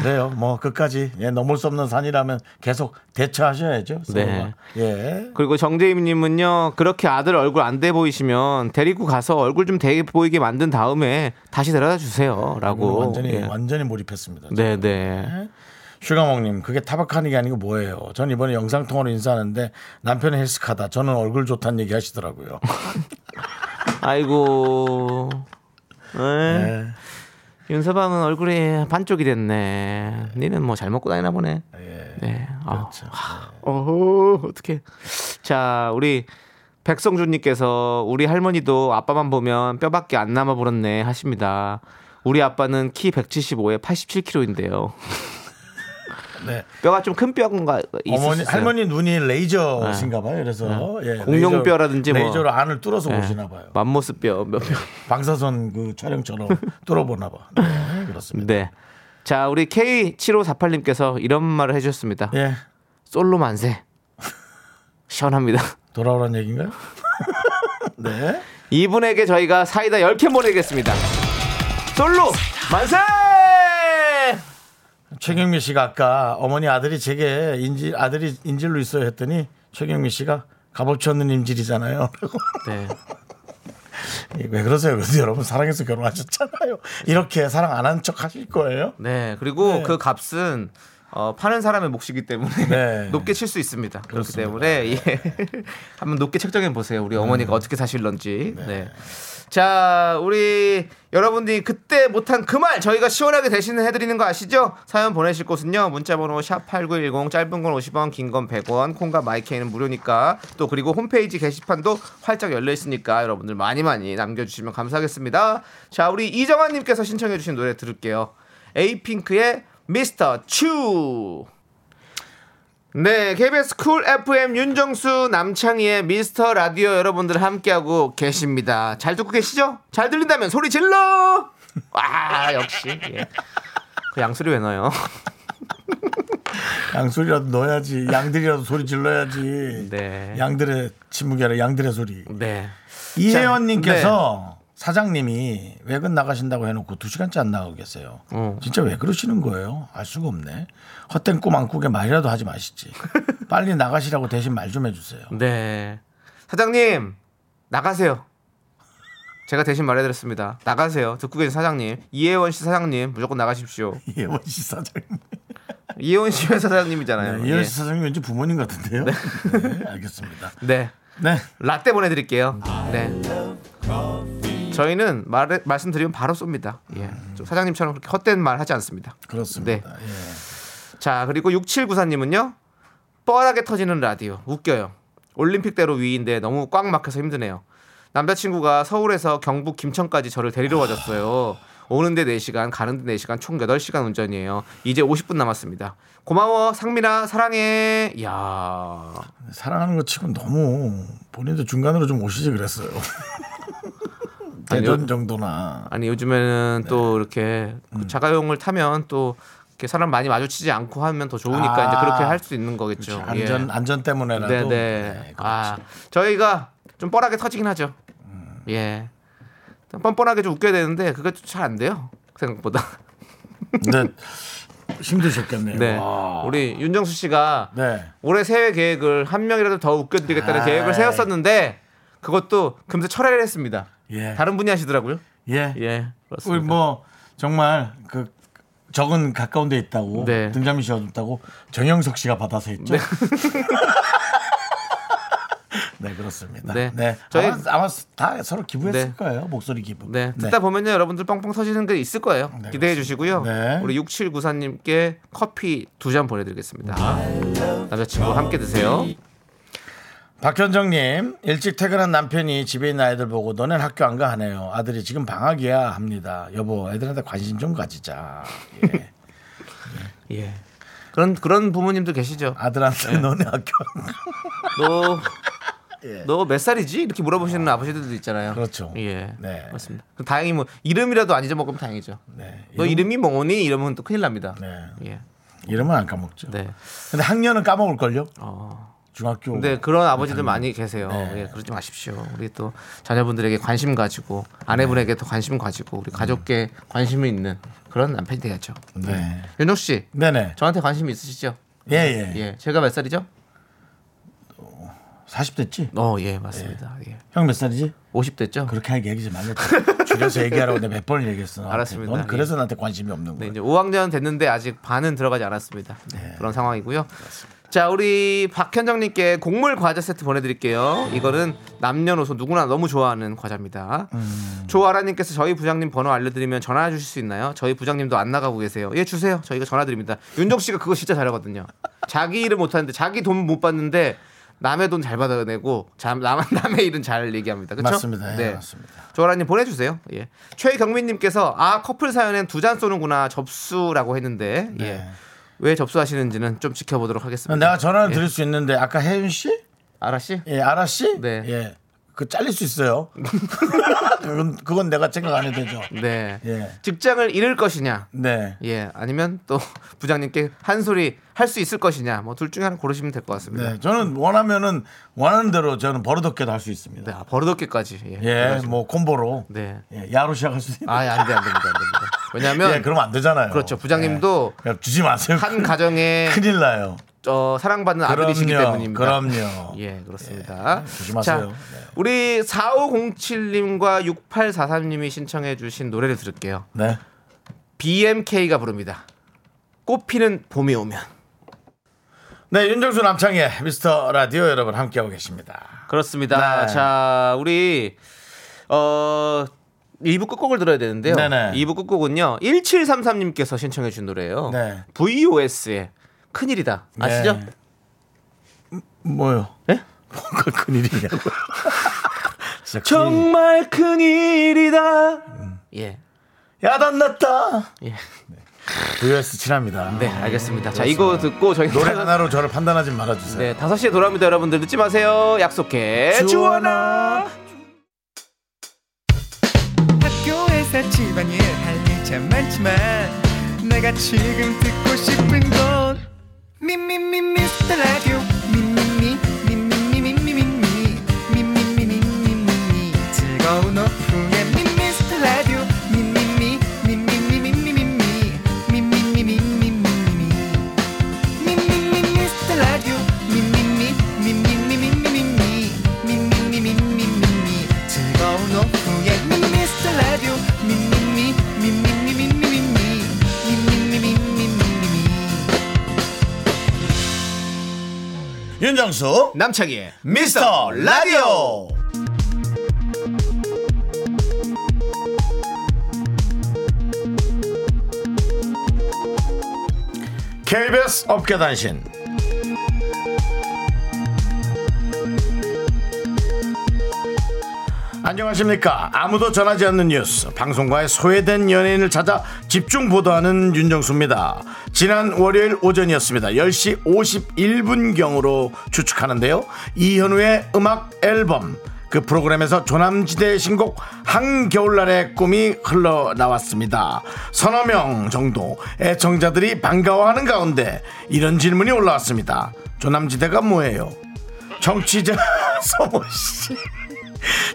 Speaker 1: 그래요. 뭐 끝까지 예, 넘을 수 없는 산이라면 계속 대처하셔야죠.
Speaker 2: 네.
Speaker 1: 서로가. 예.
Speaker 2: 그리고 정재임님은요 그렇게 아들 얼굴 안 돼 보이시면 데리고 가서 얼굴 좀 돼 보이게 만든 다음에 다시 데려다 주세요라고.
Speaker 1: 음, 완전히
Speaker 2: 예.
Speaker 1: 완전히 몰입했습니다.
Speaker 2: 네, 네.
Speaker 1: 슈가몽님, 그게 타박하는 게 아니고 뭐예요? 전 이번에 영상통화로 인사하는데 남편이 헬스카다. 저는 얼굴 좋다는 얘기 하시더라고요.
Speaker 2: 아이고. 예.
Speaker 1: 예.
Speaker 2: 윤서방은 얼굴이 반쪽이 됐네. 니는 뭐 잘 먹고 다니나 보네.
Speaker 1: 예,
Speaker 2: 네. 아, 아, 어허, 어떻게? 자, 우리 백성준님께서 우리 할머니도 아빠만 보면 뼈밖에 안 남아 버렸네 하십니다. 우리 아빠는 키 175에 87kg인데요.
Speaker 1: 네.
Speaker 2: 뼈가 좀 큰 뼈인가
Speaker 1: 어머니
Speaker 2: 있으시어요 아.
Speaker 1: 할머니 눈이 레이저신가 봐요. 그래서 예,
Speaker 2: 공룡뼈라든지 뭐.
Speaker 1: 레이저, 레이저로 안을 뚫어서 보시나 봐요.
Speaker 2: 네. 맘모스 뼈 몇 뼈.
Speaker 1: 방사선 그 촬영처럼 뚫어보나 봐. 네, 그렇습니다.
Speaker 2: 네. 자, 우리 K7548님께서 이런 말을 해주셨습니다.
Speaker 1: 예.
Speaker 2: 솔로 만세. 시원합니다.
Speaker 1: 돌아오란 얘기인가요? 네.
Speaker 2: 이분에게 저희가 사이다 10캔 보내겠습니다. 솔로 만세!
Speaker 1: 최경미 씨가 아까 어머니 아들이 제게 인질 아들이 인질로 있어요 했더니 최경미 씨가 값없이 얻는 인질이잖아요. 예,
Speaker 2: 네.
Speaker 1: 왜 그러세요? 그래서 여러분 사랑해서 결혼하셨잖아요. 이렇게 사랑 안 한 척 하실 거예요?
Speaker 2: 네. 그리고 그 값은 어, 파는 사람의 몫이기 때문에
Speaker 1: 네.
Speaker 2: 높게 칠 수 있습니다. 그렇기
Speaker 1: 그렇습니다.
Speaker 2: 때문에 예. 한번 높게 책정해 보세요. 우리 어머니가 어떻게 사실런지. 네. 자, 우리 여러분들이 그때 못한 그 말 저희가 시원하게 대신해 드리는 거 아시죠? 사연 보내실 곳은요. 문자 번호 샵8910 짧은 건 50원, 긴 건 100원. 콩과 마이케이는 무료니까. 또 그리고 홈페이지 게시판도 활짝 열려 있으니까 여러분들 많이 많이 남겨 주시면 감사하겠습니다. 자, 우리 이정환 님께서 신청해 주신 노래 들을게요. 에이핑크의 미스터 츄. 네, KBS 쿨 FM 윤정수 남창희의 미스터 라디오 여러분들 함께하고 계십니다. 잘 듣고 계시죠? 잘 들린다면 소리 질러! 와, 역시. 예. 그 양소리 왜 넣어요?
Speaker 1: 양소리라도 넣어야지. 양들이라도 소리 질러야지.
Speaker 2: 네.
Speaker 1: 양들의 침묵이 아니라 양들의 소리.
Speaker 2: 네.
Speaker 1: 이혜원님께서 사장님이 외근 나가신다고 해놓고 두 시간째 안 나가고 계세요.
Speaker 2: 어.
Speaker 1: 진짜 왜 그러시는 거예요? 알 수가 없네. 헛된 꿈 안 꾸게 말이라도 하지 마시지. 빨리 나가시라고 대신 말 좀 해주세요.
Speaker 2: 네. 사장님, 나가세요. 제가 대신 말해드렸습니다. 나가세요. 듣고 계신 사장님. 이혜원 씨 사장님, 무조건 나가십시오.
Speaker 1: 이혜원 씨 사장님.
Speaker 2: 이혜원 씨 회사 사장님이잖아요.
Speaker 1: 네,
Speaker 2: 예.
Speaker 1: 이혜원 씨 사장님 왠지 부모님 같은데요? 네, 알겠습니다.
Speaker 2: 네.
Speaker 1: 네.
Speaker 2: 라떼 보내드릴게요. 네. 저희는 말 말씀드리면 바로 쏩니다. 예. 좀 사장님처럼 그렇게 헛된 말 하지 않습니다.
Speaker 1: 그렇습니다. 예.
Speaker 2: 자 그리고 6794님은요. 뻔하게 터지는 라디오 웃겨요. 올림픽대로 위인데 너무 꽉 막혀서 힘드네요. 남자친구가 서울에서 경북 김천까지 저를 데리러 와줬어요. 오는데 4시간 가는데 4시간 총 8시간 운전이에요. 이제 50분 남았습니다. 고마워 상민아 사랑해. 야
Speaker 1: 사랑하는 것 치곤 너무 본인도 중간으로 좀 오시지 그랬어요. 대전 정도나.
Speaker 2: 아니 요즘에는
Speaker 1: 네.
Speaker 2: 또 이렇게 그
Speaker 1: 음.
Speaker 2: 자가용을 타면 또 이렇게 사람 많이 마주치지 않고 하면 더 좋으니까
Speaker 1: 아,
Speaker 2: 이제 그렇게 할 수 있는 거겠죠. 예.
Speaker 1: 안전 안전 때문에라도
Speaker 2: 네네.
Speaker 1: 네,
Speaker 2: 아 저희가 좀 뻔하게 터지긴 하죠.
Speaker 1: 음.
Speaker 2: 예. 좀 뻔뻔하게 좀 웃겨야 되는데 그게 잘 안 돼요. 생각보다.
Speaker 1: 근데 힘드셨겠네요.
Speaker 2: 네.
Speaker 1: 와.
Speaker 2: 우리 윤정수 씨가
Speaker 1: 네.
Speaker 2: 올해 새해 계획을 한 명이라도 더 웃겨드리겠다는
Speaker 1: 아이. 예.
Speaker 2: 계획을 세웠었는데 그것도 금세 철회를 했습니다.
Speaker 1: 예.
Speaker 2: 다른 분이 하시더라고요.
Speaker 1: 예.
Speaker 2: 예.
Speaker 1: 우리
Speaker 2: 그렇습니다.
Speaker 1: 뭐 정말 그 적은 가까운 데 있다고
Speaker 2: 네.
Speaker 1: 등장미 씨가 줬다고 정영석 씨가 받아서 했죠. 네. 그렇습니다.
Speaker 2: 네.
Speaker 1: 네.
Speaker 2: 저희-
Speaker 1: 아마, 아마 다 서로 기부했을
Speaker 2: 네.
Speaker 1: 거예요. 목소리 기부.
Speaker 2: 네, 듣다 보면요 여러분들 뻥뻥 터지는 게 있을 거예요.
Speaker 1: 네,
Speaker 2: 기대해 주시고요.
Speaker 1: 네.
Speaker 2: 우리 6794님께 커피 두 잔 보내드리겠습니다.
Speaker 1: 아.
Speaker 2: 남자친구 함께 드세요.
Speaker 1: 박현정님 일찍 퇴근한 남편이 집에 있는 아이들 보고 너넨 학교 안 가 하네요. 아들이 지금 방학이야 합니다. 여보 애들한테 관심 좀 가지자. 예.
Speaker 2: 예. 그런 그런 부모님들 계시죠.
Speaker 1: 아들한테 너네 학교 안 가.
Speaker 2: 너. 너 몇 살이지? 이렇게 물어보시는 아버지들도 있잖아요.
Speaker 1: 예. 그렇죠.
Speaker 2: 예.
Speaker 1: 네.
Speaker 2: 맞습니다. 그럼 다행히 뭐 이름이라도 안 잊어먹으면 다행이죠.
Speaker 1: 네.
Speaker 2: 너 이름이 뭐니? 이러면 또 큰일 납니다.
Speaker 1: 네.
Speaker 2: 예.
Speaker 1: 이름은 안 까먹죠.
Speaker 2: 네.
Speaker 1: 근데 학년은 까먹을 걸요.
Speaker 2: 어.
Speaker 1: 중학교.
Speaker 2: 근데 그런 아버지들 많이 계세요. 예, 그러지 마십시오. 우리 또 자녀분들에게 관심 가지고 아내분에게 또 관심 가지고 우리 가족께 관심이 있는 그런 남편이 돼야죠.
Speaker 1: 네.
Speaker 2: 윤혁 씨,
Speaker 1: 네네.
Speaker 2: 저한테 관심 있으시죠?
Speaker 1: 예, 예.
Speaker 2: 예, 제가 몇 살이죠?
Speaker 1: 40 됐지?
Speaker 2: 어, 예, 맞습니다. 예.
Speaker 1: 형 몇 살이지?
Speaker 2: 50대죠?
Speaker 1: 그렇게 할 얘기지 말랬지. 줄여서 얘기하라고 내가 몇 번을 얘기했어. 나한테.
Speaker 2: 알았습니다.
Speaker 1: 넌 그래서 나한테 관심이 없는
Speaker 2: 네,
Speaker 1: 거야.
Speaker 2: 이제 5학년 됐는데 아직 반은 들어가지 않았습니다. 네, 그런 상황이고요. 자, 우리 박현정님께 곡물 과자 세트 보내드릴게요. 이거는 남녀노소 누구나 너무 좋아하는 과자입니다.
Speaker 1: 음.
Speaker 2: 조아라님께서 저희 부장님 번호 알려드리면 전화 주실 수 있나요? 저희 부장님도 안 나가고 계세요. 예, 주세요. 저희가 전화드립니다. 윤종 씨가 그거 진짜 잘하거든요. 자기 일은 못하는데 자기 돈 못 받는데 남의 돈 잘 받아내고 자, 남, 남의 일은 잘 얘기합니다. 그렇죠?
Speaker 1: 맞습니다. 예, 맞습니다.
Speaker 2: 조라님 보내주세요. 예. 최경민님께서 아 커플 사연엔 두 잔 쏘는구나 접수라고 했는데 예. 왜 접수하시는지는 좀 지켜보도록 하겠습니다.
Speaker 1: 네. 어, 내가 전화를
Speaker 2: 예.
Speaker 1: 드릴 수 있는데 아까 혜윤 씨?
Speaker 2: 아라 씨.
Speaker 1: 예, 아라 씨?
Speaker 2: 네.
Speaker 1: 예. 그 잘릴 수 있어요. 그건, 그건 내가 생각 안 해도 되죠.
Speaker 2: 네.
Speaker 1: 예.
Speaker 2: 직장을 잃을 것이냐.
Speaker 1: 네.
Speaker 2: 예. 아니면 또 부장님께 한 소리 할 수 있을 것이냐. 뭐 둘 중에 하나 고르시면 될 것 같습니다.
Speaker 1: 네. 저는 원하면은 원하는 대로 저는 버릇없게도 할 수 있습니다.
Speaker 2: 네, 아, 버릇없게까지. 예.
Speaker 1: 예, 뭐 콤보로.
Speaker 2: 네.
Speaker 1: 예, 야로 시작할 수 있는.
Speaker 2: 아안돼 안 됩니다. 안 됩니다. 왜냐하면
Speaker 1: 예, 그러면 안 되잖아요.
Speaker 2: 그렇죠. 부장님도
Speaker 1: 예. 야, 주지 마세요.
Speaker 2: 한 가정에
Speaker 1: 큰일 나요.
Speaker 2: 어, 사랑받는 아들이시기
Speaker 1: 그럼요,
Speaker 2: 때문입니다.
Speaker 1: 그럼요.
Speaker 2: 예, 그렇습니다.
Speaker 1: 어. 조심하세요.
Speaker 2: 자,
Speaker 1: 네.
Speaker 2: 우리 4507님과 6843님이 신청해주신 노래를 들을게요.
Speaker 1: 네.
Speaker 2: BMK가 부릅니다. 꽃피는 봄이 오면.
Speaker 1: 네, 윤정수 남창의 미스터 라디오 여러분 함께하고 계십니다.
Speaker 2: 그렇습니다.
Speaker 1: 네.
Speaker 2: 자, 우리 어 2부 끝곡을 들어야 되는데요.
Speaker 1: 네네.
Speaker 2: 2부 끝곡은요. 1733님께서 신청해 주신 노래예요.
Speaker 1: 네.
Speaker 2: VOS의 큰일이다. 아시죠?
Speaker 1: 네. 뭐요?
Speaker 2: 예?
Speaker 1: 뭔가 큰일이냐고. 진짜 큰일.
Speaker 2: 정말 큰일이다.
Speaker 1: 음.
Speaker 2: 예.
Speaker 1: 야단 났다. 네.
Speaker 2: 예.
Speaker 1: VS 친합니다.
Speaker 2: 네, 알겠습니다. 자, 이거 듣고 저희
Speaker 1: 아, 노래 하나로 저를 판단하지 말아주세요.
Speaker 2: 네, 5시에 돌아옵니다, 여러분들. 늦지 마세요. 약속해. 주원아.
Speaker 7: 학교에서 집안일 할 일 참 많지만 내가 지금 듣고 싶은 건 미미미 미스터 라디오 미미미 미미미 미미미 미미미 미미미 즐거운 오후에 미스터 라디오 미미미 미미미 미미미 미미미 미미미 미미미
Speaker 1: 어? 윤정수
Speaker 2: 남창희의
Speaker 1: 미스터 라디오. KBS 업계 단신. 안녕하십니까. 아무도 전하지 않는 뉴스. 방송과의 소외된 연예인을 찾아 집중 보도하는 윤정수입니다. 지난 월요일 오전이었습니다. 10시 51분경으로 추측하는데요. 이현우의 음악 앨범. 그 프로그램에서 조남지대의 신곡 한겨울날의 꿈이 흘러나왔습니다. 서너 명 정도 애청자들이 반가워하는 가운데 이런 질문이 올라왔습니다. 조남지대가 뭐예요? 정치자 서모 씨.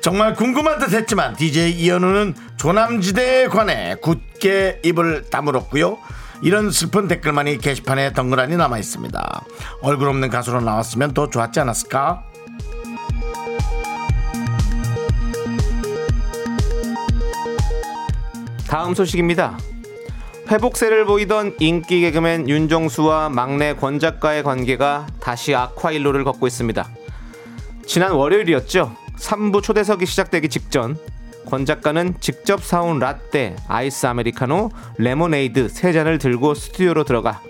Speaker 1: 정말 궁금한 듯 했지만 DJ 이현우는 조남지대에 관해 굳게 입을 다물었고요. 이런 슬픈 댓글만이 게시판에 덩그러니 남아 있습니다. 얼굴 없는 가수로 나왔으면 더 좋았지 않았을까?
Speaker 2: 다음 소식입니다. 회복세를 보이던 인기 개그맨 윤정수와 막내 권 작가의 관계가 다시 악화일로를 걷고 있습니다. 지난 월요일이었죠. 3부 초대석이 시작되기 직전 권 작가는 직접 사온 라떼, 아이스 아메리카노, 레모네이드 세 잔을 들고 스튜디오로 들어가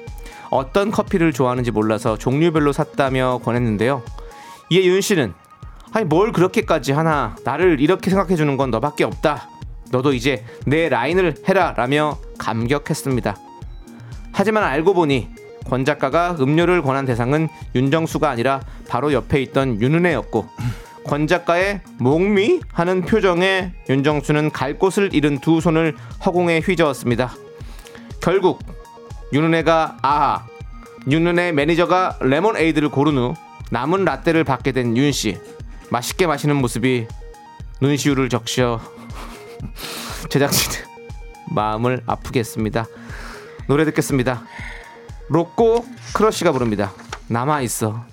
Speaker 2: 어떤 커피를 좋아하는지 몰라서 종류별로 샀다며 권했는데요. 이에 윤 씨는 아니 뭘 그렇게까지 하나 나를 이렇게 생각해 주는 건 너밖에 없다. 너도 이제 내 라인을 해라 라며 감격했습니다. 하지만 알고 보니 권 작가가 음료를 권한 대상은 윤정수가 아니라 바로 옆에 있던 윤은혜였고 권 작가의 목미 하는 표정에 윤정수는 갈 곳을 잃은 두 손을 허공에 휘저었습니다. 아, 결국 윤은혜가 아하, 윤은혜 매니저가 레몬에이드를 고른 후 남은 라떼를 받게 된 윤 씨. 맛있게 마시는 모습이 눈시울을 적셔 제작진의 마음을 아프게 했습니다. 노래 듣겠습니다. 로꼬 크러쉬가 부릅니다. 남아 있어.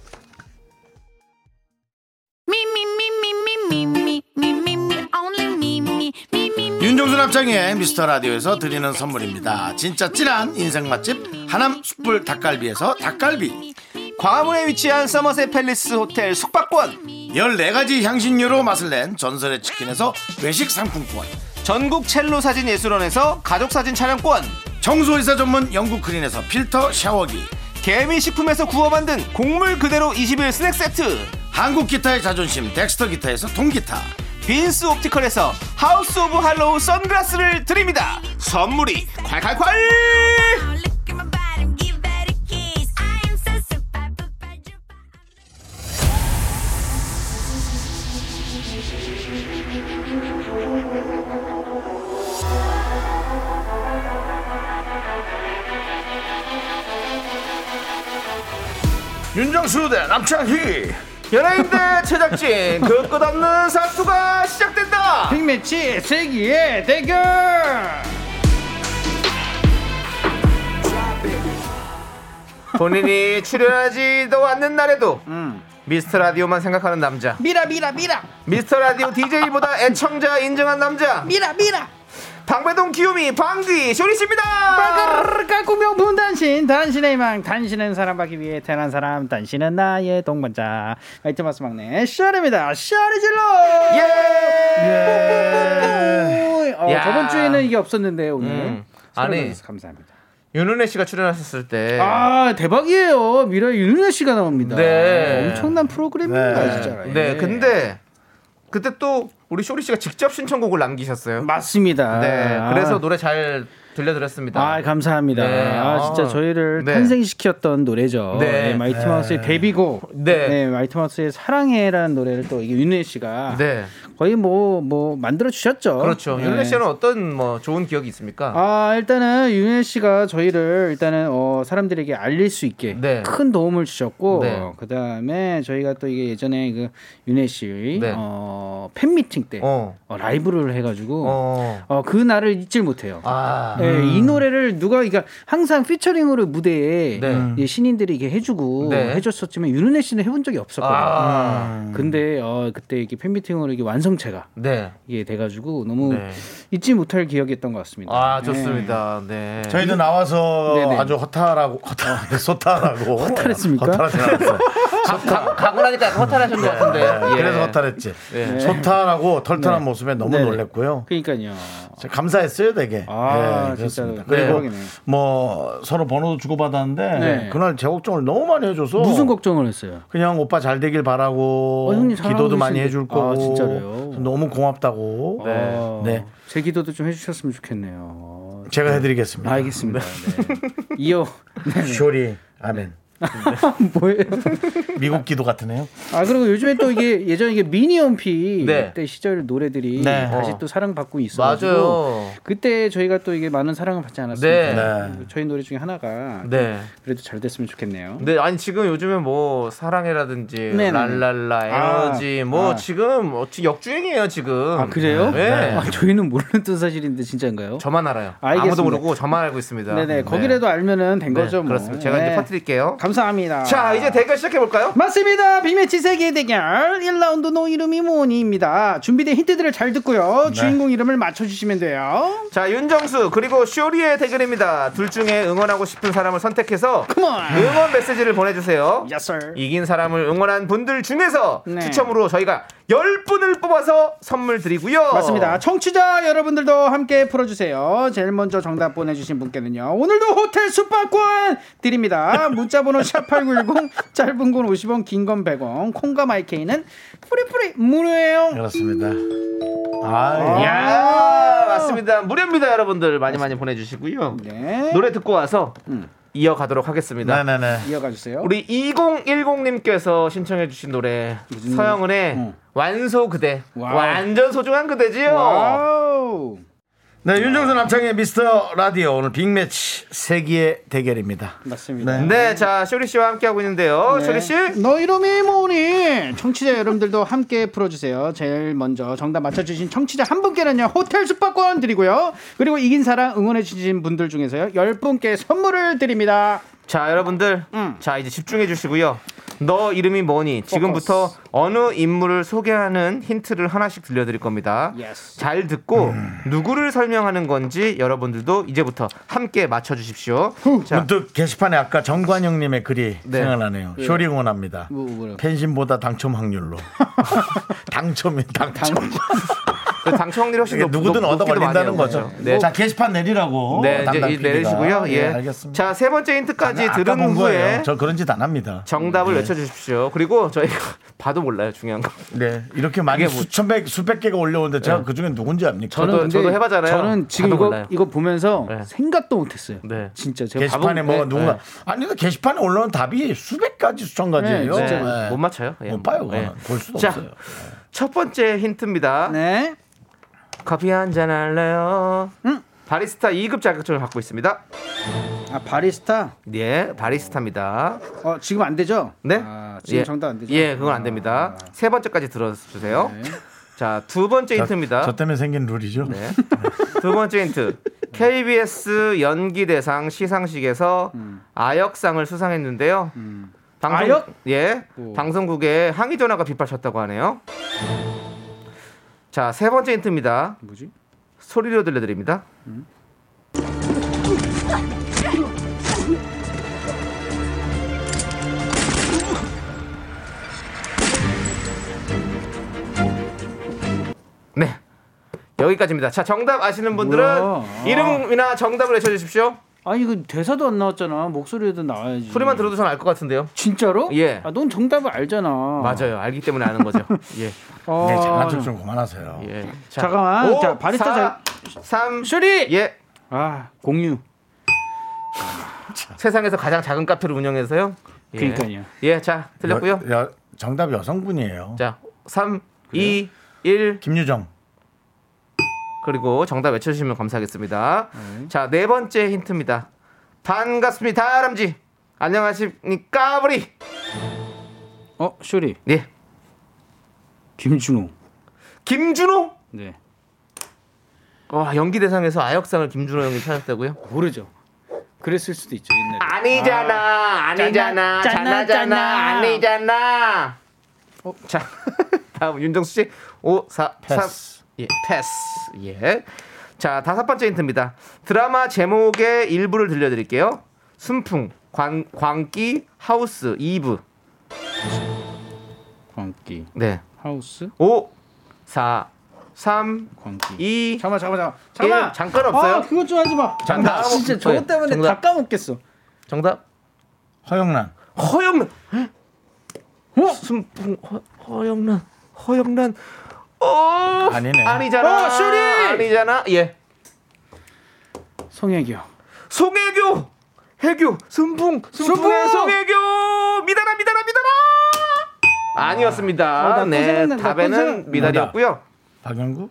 Speaker 1: 윤종수 남창의 미스터 라디오에서 드리는 선물입니다. 진짜 찐한 인생 맛집 하남 숯불 닭갈비에서 닭갈비
Speaker 2: 광화문에 위치한 서머셋 팰리스 호텔 숙박권
Speaker 1: 14가지 향신료로 맛을 낸 전설의 치킨에서 외식 상품권
Speaker 2: 전국 첼로 사진 예술원에서 가족 사진 촬영권
Speaker 1: 청소회사 전문 영국 크린에서 필터 샤워기
Speaker 2: 개미 식품에서 구워 만든 곡물 그대로 21 스낵 세트
Speaker 1: 한국 기타의 자존심 덱스터 기타에서 통기타
Speaker 2: 빈스 옵티컬에서 하우스 오브 할로우 선글라스를 드립니다 선물이 콸콸콸
Speaker 1: 윤정수 대 남창희
Speaker 2: 연예인 대 제작진 그 끝없는 사투가 시작된다
Speaker 7: 빅매치 세기의 대결
Speaker 2: 본인이 출연하지도 않는 날에도 미스터 라디오만 생각하는 남자
Speaker 7: 음. 미라 미라 미라
Speaker 2: 미스터 라디오 DJ보다 애청자 인정한 남자
Speaker 7: 미라 미라
Speaker 2: 방배동 귀요미 방귀 쇼리씨입니다
Speaker 7: 깔고 명품 단신 단신의 희망 단신은 사랑받기 위해 태어난 사람 단신은 나의 동반자 아, 화이트마스 막내 샤리입니다 샤리 질러
Speaker 2: 예.
Speaker 7: 어,
Speaker 2: 야.
Speaker 7: 저번 주에는 이게 없었는데 오늘
Speaker 2: 음. 아니. 네.
Speaker 7: 아니 감사합니다
Speaker 2: 윤은혜 씨가 출연하셨을 때
Speaker 7: 아 대박이에요 미라 윤은혜 씨가 나옵니다
Speaker 2: 네.
Speaker 7: 엄청난 프로그램입니다 진짜 예.
Speaker 2: 네, 근데 그때 또 우리 쇼리 씨가 직접 신청곡을 남기셨어요.
Speaker 7: 맞습니다
Speaker 2: 네,
Speaker 7: 아,
Speaker 2: 그래서 노래 잘 들려드렸습니다.
Speaker 7: 아 감사합니다.
Speaker 2: 네,
Speaker 7: 아
Speaker 2: 아.
Speaker 7: 진짜 저희를
Speaker 2: 네.
Speaker 7: 탄생시켰던 노래죠.
Speaker 2: 네.
Speaker 7: 네, 마이티 마우스의 데뷔곡.
Speaker 2: 네.
Speaker 7: 네. 마이티 마우스의 사랑해라는 노래를 또 이게 윤혜 씨가
Speaker 2: 네,
Speaker 7: 거의 뭐 뭐 만들어 주셨죠. 네.
Speaker 2: 그렇죠. 윤은혜 씨는 어떤 뭐 좋은 기억이 있습니까?
Speaker 7: 아 일단은 윤혜 씨가 저희를 일단은 어, 사람들에게 알릴 수 있게
Speaker 2: 네.
Speaker 7: 큰 도움을 주셨고
Speaker 2: 네.
Speaker 7: 어, 그다음에 저희가 또 이게 예전에 그 윤혜 씨
Speaker 2: 네.
Speaker 7: 어, 팬미팅 때
Speaker 2: 어,
Speaker 7: 어, 라이브를 해가지고 어.
Speaker 2: 어,
Speaker 7: 그 날을 잊질 못해요.
Speaker 2: 아,
Speaker 7: 예, 이 노래를 누가 그러니까 항상 피처링으로 무대에
Speaker 2: 네.
Speaker 7: 예, 신인들이 이게 해주고
Speaker 2: 네.
Speaker 7: 해줬었지만 윤은혜 씨는 해본 적이 없었거든요.
Speaker 2: 아,
Speaker 7: 근데 어, 그때 이렇게 팬미팅으로 이게 완성체가
Speaker 2: 네,
Speaker 7: 이게 돼가지고 너무
Speaker 2: 네.
Speaker 7: 잊지 못할 기억이었던 것 같습니다.
Speaker 2: 아 좋습니다. 네,
Speaker 1: 저희도 나와서
Speaker 7: 네네.
Speaker 1: 아주 허탈하고 허탈 소탈하고
Speaker 7: 허탈했습니까?
Speaker 1: 허탈하진 않았어요. 네,
Speaker 2: 가, 가, 가고 나니까 약간 허탈하신 것 같은데.
Speaker 7: 네.
Speaker 2: 예.
Speaker 1: 그래서 허탈했지.
Speaker 2: 예.
Speaker 1: 소탈하고 털털한 모습에 너무
Speaker 7: 네네.
Speaker 1: 놀랬고요.
Speaker 7: 그러니까요.
Speaker 1: 진짜 감사했어요, 되게.
Speaker 7: 아,
Speaker 1: 예, 그렇습니다.
Speaker 7: 진짜로.
Speaker 1: 그리고
Speaker 7: 대박이네.
Speaker 1: 뭐 서로 번호도 주고받았는데
Speaker 7: 네.
Speaker 1: 그날 제 걱정을 너무 많이 해줘서
Speaker 7: 무슨 걱정을 했어요?
Speaker 1: 그냥 오빠 잘 되길 바라고
Speaker 7: 어, 형님 잘하고
Speaker 1: 기도도 많이
Speaker 7: 계신데.
Speaker 1: 해줄 거고
Speaker 7: 아, 진짜로요?
Speaker 1: 너무 고맙다고
Speaker 7: 어,
Speaker 1: 네.
Speaker 7: 제 기도도 좀 해주셨으면 좋겠네요.
Speaker 1: 제가 해드리겠습니다.
Speaker 7: 알겠습니다. 네. 이어 네.
Speaker 1: 쇼리 아멘.
Speaker 7: 뭐예요?
Speaker 1: 미국 기도 같으네요.
Speaker 7: 아 그리고 요즘에 또 이게 예전 에 이게 미니홈피
Speaker 2: 네.
Speaker 7: 때 시절 노래들이
Speaker 1: 네.
Speaker 7: 다시
Speaker 2: 어.
Speaker 7: 또 사랑받고 있어가지고
Speaker 2: 맞아요.
Speaker 7: 그때 저희가 또 이게 많은 사랑을 받지
Speaker 2: 네.
Speaker 7: 않았습니까?
Speaker 1: 네.
Speaker 7: 저희 노래 중에 하나가
Speaker 2: 네.
Speaker 7: 그래도 잘 됐으면 좋겠네요.
Speaker 2: 네, 아니 지금 요즘에 뭐 사랑해라든지
Speaker 7: 네네.
Speaker 2: 랄랄라 에너지 뭐
Speaker 7: 아.
Speaker 2: 지금 어, 지- 역주행이에요 지금.
Speaker 7: 아 그래요?
Speaker 2: 네.
Speaker 7: 아, 저희는 모르는 사실인데 진짜인가요?
Speaker 2: 저만 알아요. 아무도
Speaker 7: 알겠습니다.
Speaker 2: 모르고 저만 알고 있습니다.
Speaker 7: 네네 거기라도 알면은 된
Speaker 2: 네,
Speaker 7: 거죠. 뭐.
Speaker 2: 그렇습니다. 제가
Speaker 7: 네.
Speaker 2: 이제 퍼뜨릴게요.
Speaker 7: 감사합니다.
Speaker 2: 자, 이제 대결 시작해 볼까요?
Speaker 7: 맞습니다. 빅매치 세계 대결 1라운드 노 이름이 뭐니입니다. 준비된 힌트들을 잘
Speaker 2: 네.
Speaker 7: 듣고요. 주인공 이름을 맞춰주시면 돼요.
Speaker 2: 자, 윤정수 그리고 쇼리의 대결입니다. 둘 중에 응원하고 싶은 사람을 선택해서
Speaker 7: 컴온.
Speaker 2: 응원 메시지를 보내주세요.
Speaker 7: Yes, sir.
Speaker 2: 이긴 사람을 응원한 분들 중에서
Speaker 7: 네.
Speaker 2: 추첨으로 저희가 10분을 뽑아서 선물 드리고요.
Speaker 7: 맞습니다. 청취자 여러분들도 함께 풀어주세요. 제일 먼저 정답 보내주신 분께는요. 오늘도 호텔 숙박권 드립니다. 문자번호 샵8910 짧은 건 50원 긴 건 100원 콩과 마이케이는 뿌리뿌리 무료예요.
Speaker 1: 그렇습니다. 아, 예.
Speaker 2: 야, 맞습니다. 무료입니다, 여러분들 많이 많이 보내주시고요.
Speaker 7: 네.
Speaker 2: 노래 듣고 와서 이어가도록 하겠습니다.
Speaker 1: 네네네.
Speaker 7: 이어가주세요.
Speaker 2: 우리 2010님께서 신청해주신 노래 서영은의 완소 그대
Speaker 7: 와우.
Speaker 2: 완전 소중한 그대지요.
Speaker 7: 와우.
Speaker 1: 네, 윤정수 남창의 미스터 라디오 오늘 빅매치 세기의 대결입니다.
Speaker 7: 맞습니다.
Speaker 2: 네, 자 쇼리 씨와 함께 하고
Speaker 7: 네.
Speaker 2: 있는데요. 쇼리 씨,
Speaker 7: 너 이름이 뭐니? 청취자 여러분들도 함께 풀어주세요. 제일 먼저 정답 맞춰주신 청취자 한 분께는요, 호텔 숙박권 드리고요. 그리고 이긴 사랑 응원해주신 분들 중에서요, 열 분께 선물을 드립니다.
Speaker 2: 자 여러분들, 자 이제 집중해 주시고요. 너 이름이 뭐니? 지금부터 어느 인물을 소개하는 힌트를 하나씩 들려드릴 겁니다.
Speaker 7: Yes.
Speaker 2: 잘 듣고
Speaker 1: 음.
Speaker 2: 누구를 설명하는 건지 여러분들도 이제부터 함께 맞춰주십시오. 자,
Speaker 1: 문득 게시판에 아까 정관영님의 글이
Speaker 2: 네.
Speaker 1: 생각나네요. 쇼리 응원합니다.
Speaker 7: 뭐, 뭐요?
Speaker 1: 펜신보다 당첨 확률로. 당첨이 당첨.
Speaker 2: 그 당첨 확률이 훨씬
Speaker 1: 이게
Speaker 2: 높,
Speaker 1: 누구든
Speaker 2: 높-
Speaker 1: 얻어
Speaker 2: 높기도 많이
Speaker 1: 걸린다는
Speaker 2: 해요.
Speaker 1: 거죠.
Speaker 2: 네.
Speaker 1: 자 게시판 내리라고.
Speaker 2: 네, 이제
Speaker 1: 담당
Speaker 2: 이-
Speaker 1: PD가.
Speaker 2: 내리시고요. 예.
Speaker 1: 알겠습니다.
Speaker 2: 자, 세 번째 힌트까지 들은
Speaker 1: 본
Speaker 2: 후에
Speaker 1: 거예요. 저 네. 그런 짓 안 합니다.
Speaker 2: 정답을 외쳐주십시오. 그리고 저희가 봐도 몰라요, 중요한 거.
Speaker 1: 네, 이렇게 많이
Speaker 2: 이게 뭐- 네.
Speaker 1: 수천백 수백 개가 올려오는데 제가 그 중에 누군지 압니까?
Speaker 2: 저도- 저도 해봤잖아요.
Speaker 7: 어, 저는 지금
Speaker 2: 다도
Speaker 7: 이거,
Speaker 2: 몰라요.
Speaker 7: 이거 보면서
Speaker 2: 네.
Speaker 7: 생각도 못했어요.
Speaker 2: 네.
Speaker 7: 진짜 제가
Speaker 1: 게시판에
Speaker 2: 답은-
Speaker 1: 뭐
Speaker 2: 네,
Speaker 1: 누군가
Speaker 2: 네.
Speaker 1: 아니 근데 게시판에 올라온 답이 수백 가지 수천 가지예요.
Speaker 7: 네, 진짜.
Speaker 1: 네.
Speaker 2: 못 맞춰요. 예.
Speaker 1: 못 봐요.
Speaker 2: 예.
Speaker 1: 볼 수도
Speaker 2: 자,
Speaker 1: 없어요.
Speaker 2: 첫 번째 힌트입니다.
Speaker 7: 네.
Speaker 2: 커피 한 잔 할래요? 바리스타 2급 자격증을 갖고 있습니다.
Speaker 7: 아, 바리스타?
Speaker 2: 예, 바리스타입니다.
Speaker 7: 어, 지금 안 되죠?
Speaker 2: 네?
Speaker 7: 아, 지금
Speaker 2: 예.
Speaker 7: 정답 안 되죠? 아. 네.
Speaker 2: 예, 그건 안 됩니다. 세 번째까지 들어주세요. 자, 두 번째 힌트입니다.
Speaker 1: 저 때문에 생긴 룰이죠.
Speaker 2: 네. 두 번째 힌트.
Speaker 7: 네.
Speaker 2: KBS 연기 대상 시상식에서
Speaker 7: 음.
Speaker 2: 아역상을 수상했는데요. 방송,
Speaker 7: 아역?
Speaker 2: 예.
Speaker 7: 오.
Speaker 2: 방송국에 항의 전화가 빗발쳤다고 하네요. 자, 세 번째 힌트입니다.
Speaker 7: 뭐지? 음.
Speaker 2: 소리로 들려드립니다. 네. 여기까지입니다. 자, 정답 아시는 분들은
Speaker 7: 뭐야?
Speaker 2: 이름이나 정답을 외쳐주십시오.
Speaker 7: 아니, 이거 대사도 안 나왔잖아. 목소리도 나와야지.
Speaker 2: 소리만 들어도 전 알 것 같은데요.
Speaker 7: 진짜로?
Speaker 2: 예.
Speaker 7: 아, 넌 정답을 알잖아.
Speaker 2: 맞아요. 알기 때문에 아는 거죠. 예.
Speaker 7: 어,
Speaker 1: 네, 장난 좀, 좀 그만하세요.
Speaker 2: 예.
Speaker 7: 잠깐만. 자, 바리스타 자-
Speaker 2: 3.
Speaker 7: 쇼리!
Speaker 2: 예.
Speaker 7: 아, 공유.
Speaker 2: 세상에서 가장 작은 카페를 운영해서요. 예.
Speaker 7: 그러니까요.
Speaker 2: 예, 자, 들렸고요.
Speaker 1: 여- 여- 정답 여성분이에요.
Speaker 2: 자, 3, 이, 2, 1
Speaker 1: 김유정.
Speaker 2: 그리고 정답 외쳐 주시면 감사하겠습니다. 자, 네 번째 힌트입니다. 반갑습니다. 다람쥐. 안녕하십니까? 브리.
Speaker 7: 어, 쇼리.
Speaker 2: 예.
Speaker 7: 김준호.
Speaker 2: 김준호.
Speaker 7: 네.
Speaker 2: 와, 아, 연기 대상에서 아역상을 김준호 형이 찾았다고요?
Speaker 7: 모르죠. 그랬을 수도 있죠, 옛날에.
Speaker 2: 아니잖아. 아니잖아.
Speaker 7: 짠나, 짠나,
Speaker 2: 잖아잖아.
Speaker 7: 짠나.
Speaker 2: 아니잖아. 어, 자. 다음 윤정수 씨. 5 4
Speaker 1: 패스.
Speaker 2: 3 예, 패스. 예. 자, 다섯 번째 힌트입니다. 드라마 제목의 일부를 들려 드릴게요. 순풍, 광, 광기, 하우스, 2부.
Speaker 7: 광기.
Speaker 2: 네.
Speaker 7: 하우스?
Speaker 2: 5 4 3
Speaker 7: 광기.
Speaker 2: 2
Speaker 7: 잠깐만, 잠깐만, 잠깐만.
Speaker 2: 예, 잠깐 없어요?
Speaker 7: 아, 그것 좀 하지 마.
Speaker 2: 정답.
Speaker 7: 나 진짜 저것 때문에
Speaker 2: 정답.
Speaker 7: 다 까먹겠어.
Speaker 2: 정답.
Speaker 1: 허영란.
Speaker 2: 허영란.
Speaker 7: 어?
Speaker 2: 순풍 허, 허영란. 허영란. 어!
Speaker 1: 아니네.
Speaker 2: 아니잖아.
Speaker 7: 어, 슈리!
Speaker 2: 아니잖아. 예.
Speaker 7: 송혜교.
Speaker 2: 송혜교. 해교. 순풍. 순풍의
Speaker 7: 순풍!
Speaker 2: 송혜교. 미달아 미달아 미달아.
Speaker 7: 어,
Speaker 2: 아니었습니다.
Speaker 7: 나또
Speaker 2: 네.
Speaker 7: 생각나, 나또
Speaker 2: 답에는
Speaker 7: 생각-
Speaker 2: 미달이었고요.
Speaker 1: 박영구.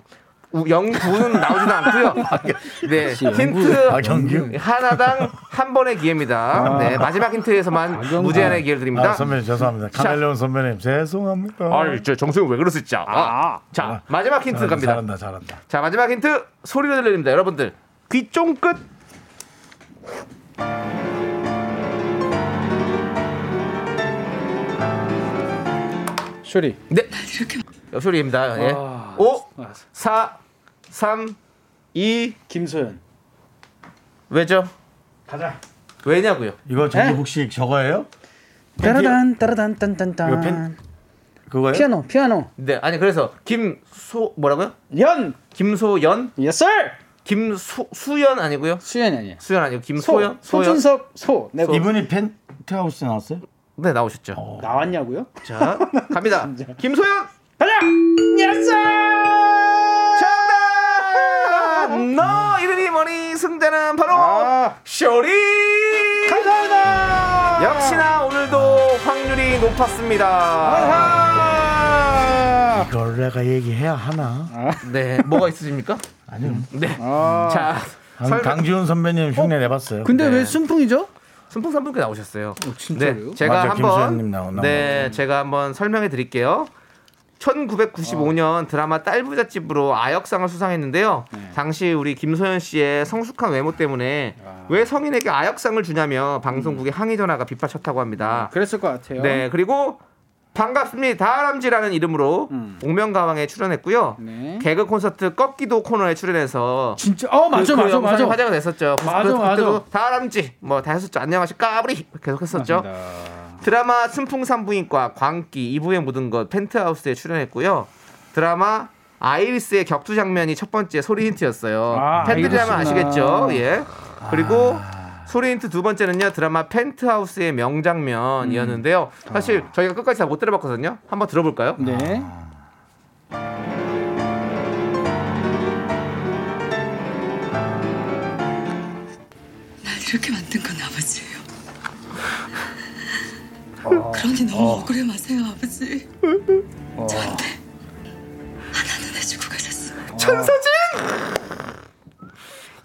Speaker 2: 우- 영구는 나오지도 않고요. 네. 음, 힌트
Speaker 1: 박영규?
Speaker 2: 하나당 한 번의 기회입니다. 네. 마지막 힌트에서만 무제한의
Speaker 1: 아,
Speaker 2: 기회를 드립니다.
Speaker 1: 선배님 죄송합니다. 카멜레온 선배님 죄송합니다.
Speaker 2: 아이 저 정수영 왜 그러지 진짜. 아. 자 마지막 힌트
Speaker 1: 아,
Speaker 2: 갑니다.
Speaker 1: 잘한다 잘한다.
Speaker 2: 자 마지막 힌트 소리로 들립니다 여러분들 귀 쫑긋
Speaker 7: 쇼리.
Speaker 2: 네 소리입니다 예. 5 4 3 2
Speaker 7: 김소연.
Speaker 2: 왜죠 가자 왜냐고요
Speaker 1: 이거 저기
Speaker 2: 네.
Speaker 7: 에?
Speaker 1: 혹시 저거예요?
Speaker 7: 따라단, 따라단, 딴딴딴.
Speaker 1: 이거 펜- 그거예요?
Speaker 7: 피아노, 피아노.
Speaker 2: 네 아니 그래서 김소 뭐라고요
Speaker 7: 연.
Speaker 2: 김소연
Speaker 7: Yes, sir.
Speaker 2: 김소 수연 아니고요
Speaker 7: 수연이 아니야.
Speaker 2: 수연 아니고
Speaker 7: 소.
Speaker 2: 김소연 소연
Speaker 7: 손준섭 소. 네, 내가
Speaker 1: 이분이 펜트하우스 나왔어요?
Speaker 2: 네 나오셨죠
Speaker 7: 뭐 나왔냐고요?
Speaker 2: 자 갑니다 김소연
Speaker 7: 가자. Yes, sir.
Speaker 2: 정답 너 이름이 뭐니 승자는 바로
Speaker 7: 음. 아.
Speaker 2: 쇼리
Speaker 7: 감사합니다.
Speaker 2: 역시나 오늘도 확률이 높았습니다.
Speaker 7: 아하.
Speaker 1: 이걸 내가 얘기해야 하나?
Speaker 2: 네, 뭐가 있으십니까?
Speaker 1: 아니요.
Speaker 2: 네.
Speaker 7: 아,
Speaker 2: 자,
Speaker 1: 강- 강지훈 선배님 흉내 내봤어요.
Speaker 7: 근데
Speaker 2: 네.
Speaker 7: 왜 순풍이죠?
Speaker 2: 순풍산분께 나오셨어요.
Speaker 7: 진짜요?
Speaker 2: 네, 제가
Speaker 1: 맞아, 김수현님
Speaker 2: 한번
Speaker 1: 나오- 나온
Speaker 2: 네, 제가 한번 설명해 드릴게요.
Speaker 7: 아.
Speaker 2: 1995년 드라마 딸부잣집으로 아역상을 수상했는데요.
Speaker 7: 네.
Speaker 2: 당시 우리 김소연 씨의 성숙한 외모 때문에
Speaker 7: 아.
Speaker 2: 왜 성인에게 아역상을 주냐며 방송국에 항의 전화가 비파쳤다고 합니다.
Speaker 7: 그랬을 것 음. 같아요.
Speaker 2: 네, 그리고 반갑습니다. 다람쥐라는 이름으로 복면가왕에 출연했고요.
Speaker 7: 음. 네.
Speaker 2: 개그 콘서트 꺾기도 코너에 출연해서
Speaker 7: 진짜 어
Speaker 2: 그-
Speaker 7: 맞아
Speaker 2: 그
Speaker 7: 맞아
Speaker 2: 영상이
Speaker 7: 맞아.
Speaker 2: 화제가 됐었죠. 그래서
Speaker 7: 맞아,
Speaker 2: 그- 그때도
Speaker 7: 맞아.
Speaker 2: 다람쥐 뭐 다 했었죠. 안녕하십니까 아브리 계속 했었죠. 드라마 순풍산부인과 광기 이부의 모든 것 펜트하우스에 출연했고요. 드라마 아이리스의 격투 장면이 첫 번째 소리 힌트였어요.
Speaker 7: 아,
Speaker 2: 팬들이라면
Speaker 7: 아이리스구나.
Speaker 2: 아시겠죠. 예. 그리고 소리 힌트 두 번째는요 드라마 펜트하우스의 명장면이었는데요.
Speaker 7: 음. 아.
Speaker 2: 사실 저희가 끝까지 다 못 들어봤거든요. 한번 들어볼까요?
Speaker 7: 네.
Speaker 8: 날 이렇게 만든 건 아버지예요. 그러니 너무 억울해 마세요, 아버지. 저한테 하나는 해주고 가셨어요.
Speaker 2: 천서진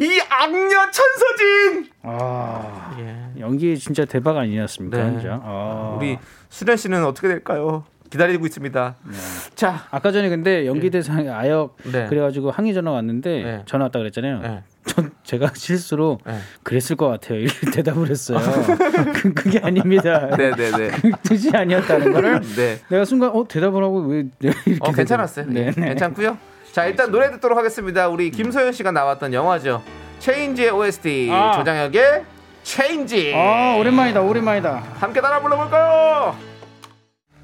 Speaker 2: 이 악녀 천서진
Speaker 7: 아 연기 진짜 대박 아니었습니까?
Speaker 2: 네.
Speaker 7: 진짜. 아.
Speaker 2: 우리 수련 씨는 어떻게 될까요? 기다리고 있습니다. 자,
Speaker 7: 아까 전에 근데 연기 대상 아역
Speaker 2: 네.
Speaker 7: 그래가지고 항의 전화 왔는데
Speaker 2: 네.
Speaker 7: 전화 왔다 그랬잖아요.
Speaker 2: 네.
Speaker 7: 전 제가 실수로
Speaker 2: 네. 아.
Speaker 7: 그랬을 것 같아요. 이렇게 대답을 했어요. 그, 그게 아닙니다.
Speaker 2: 네, 네, 네.
Speaker 7: 그 뜻이 아니었다는 거를
Speaker 2: 네.
Speaker 7: 내가 순간 어 대답을 하고 왜 이렇게
Speaker 2: 어, 괜찮았어요.
Speaker 7: 네,
Speaker 2: 예,
Speaker 7: 네.
Speaker 2: 괜찮고요. 자, 일단 노래 듣도록 하겠습니다. 우리 김소연 씨가 나왔던 영화죠. 체인지의 OST
Speaker 7: 아.
Speaker 2: 조장혁의 체인지.
Speaker 7: 아 오랜만이다 오랜만이다.
Speaker 2: 함께 따라 불러볼까요?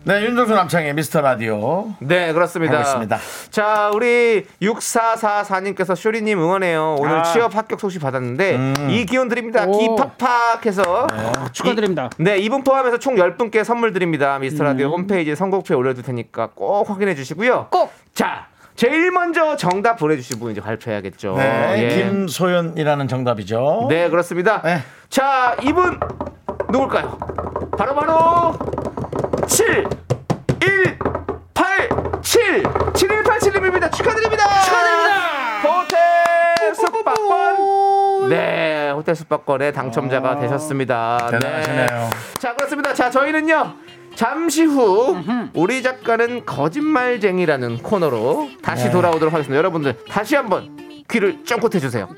Speaker 1: 네, 윤정수 남창의 미스터 라디오.
Speaker 2: 네, 그렇습니다.
Speaker 1: 알겠습니다.
Speaker 2: 자, 우리 6444님께서 쇼리님 응원해요. 오늘
Speaker 7: 아.
Speaker 2: 취업 합격 소식 받았는데 이 기운 드립니다.
Speaker 7: 오.
Speaker 2: 기팍팍해서
Speaker 7: 축하드립니다.
Speaker 2: 이- 네, 이분 포함해서 총 10분께 선물 드립니다. 미스터 라디오 홈페이지에 선곡표에 올려둘 테니까 꼭 확인해 주시고요. 꼭! 자, 제일 먼저 정답 보내주신 분 이제 발표해야겠죠.
Speaker 7: 어,
Speaker 1: 네,
Speaker 2: 예.
Speaker 1: 김소연이라는 정답이죠.
Speaker 2: 네, 그렇습니다.
Speaker 1: 네.
Speaker 2: 자, 이분 누굴까요? 바로바로 7 1 8 7 7187님입니다. 축하드립니다. 축하드립니다. 호텔 숙박권. 네, 호텔 숙박권의 당첨자가 되셨습니다.
Speaker 1: 대단하시네요.
Speaker 2: 자, 그렇습니다. 자, 저희는요. 잠시 후 우리 작가는 거짓말쟁이라는 코너로 다시 돌아오도록 하겠습니다. 여러분들 다시 한번 귀를 쫑긋해 주세요.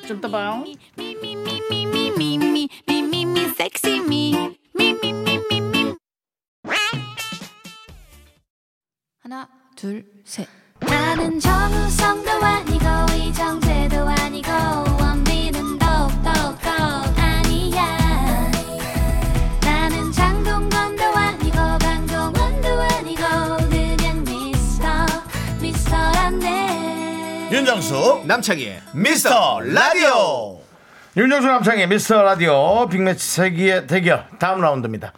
Speaker 6: 하나 둘 셋. 나는 정우성도 아니고 이정재도 아니고 원빈은 더욱더 아니야 나는 장동건도 아니고 강동원도 아니고 그냥 미스터 미스터란데
Speaker 1: 윤정수 남창희의 미스터 라디오 윤정수 남창희의 미스터 라디오 빅매치 세기의 대결 다음 라운드입니다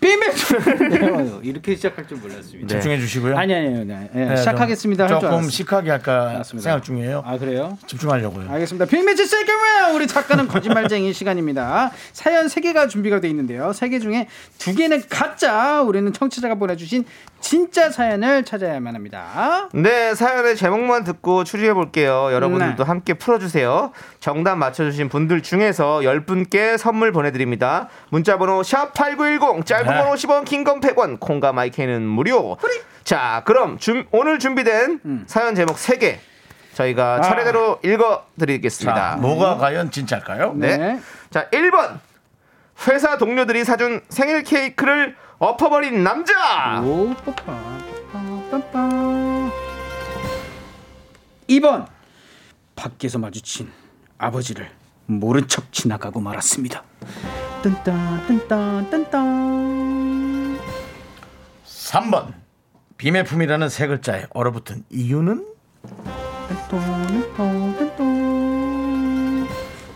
Speaker 7: 빔 이렇게 시작할 줄 몰랐습니다.
Speaker 1: 집중해 주시고요
Speaker 7: 네. 아니 아니 아니. 아니. 예,
Speaker 1: 네,
Speaker 7: 시작하겠습니다.
Speaker 1: 좀,
Speaker 7: 할줄
Speaker 1: 조금
Speaker 7: 알았어요.
Speaker 1: 시크하게 할까
Speaker 7: 알았습니다.
Speaker 1: 생각 중이에요
Speaker 7: 아 그래요?
Speaker 1: 집중하려고요
Speaker 7: 알겠습니다. 빅매치 세계 라운드 우리 작가는 거짓말쟁이 시간입니다. 사연 세개가 준비가 돼 있는데요. 세 개 중에 두개는 가짜. 우리는 청취자가 보내주신 진짜 사연을 찾아야만 합니다.
Speaker 2: 네, 사연의 제목만 듣고 추리해 볼게요. 여러분들도
Speaker 7: 네.
Speaker 2: 함께 풀어주세요. 정답 맞춰주신 분들 중에서 10분께 선물 보내드립니다. 문자번호 샵8910, 짧은
Speaker 1: 네.
Speaker 2: 건 50원, 긴 건 100원, 콩과 마이크는 무료. 자, 그럼 준- 오늘 준비된 사연 제목 3개 저희가 차례대로
Speaker 1: 자,
Speaker 2: 읽어드리겠습니다.
Speaker 1: 뭐가 과연 진짜일까요?
Speaker 2: 네.
Speaker 7: 네.
Speaker 2: 자, 1번. 회사 동료들이 사준 생일 케이크를 엎어버린 남자.
Speaker 7: 오, 빠빠, 빠빠, 빠빠. 2번 밖에서 마주친 아버지를 모른 척 지나가고 말았습니다. 뜬따 뜬따 뜬따.
Speaker 1: 3번 비매품이라는 세 글자에 얼어붙은 이유는?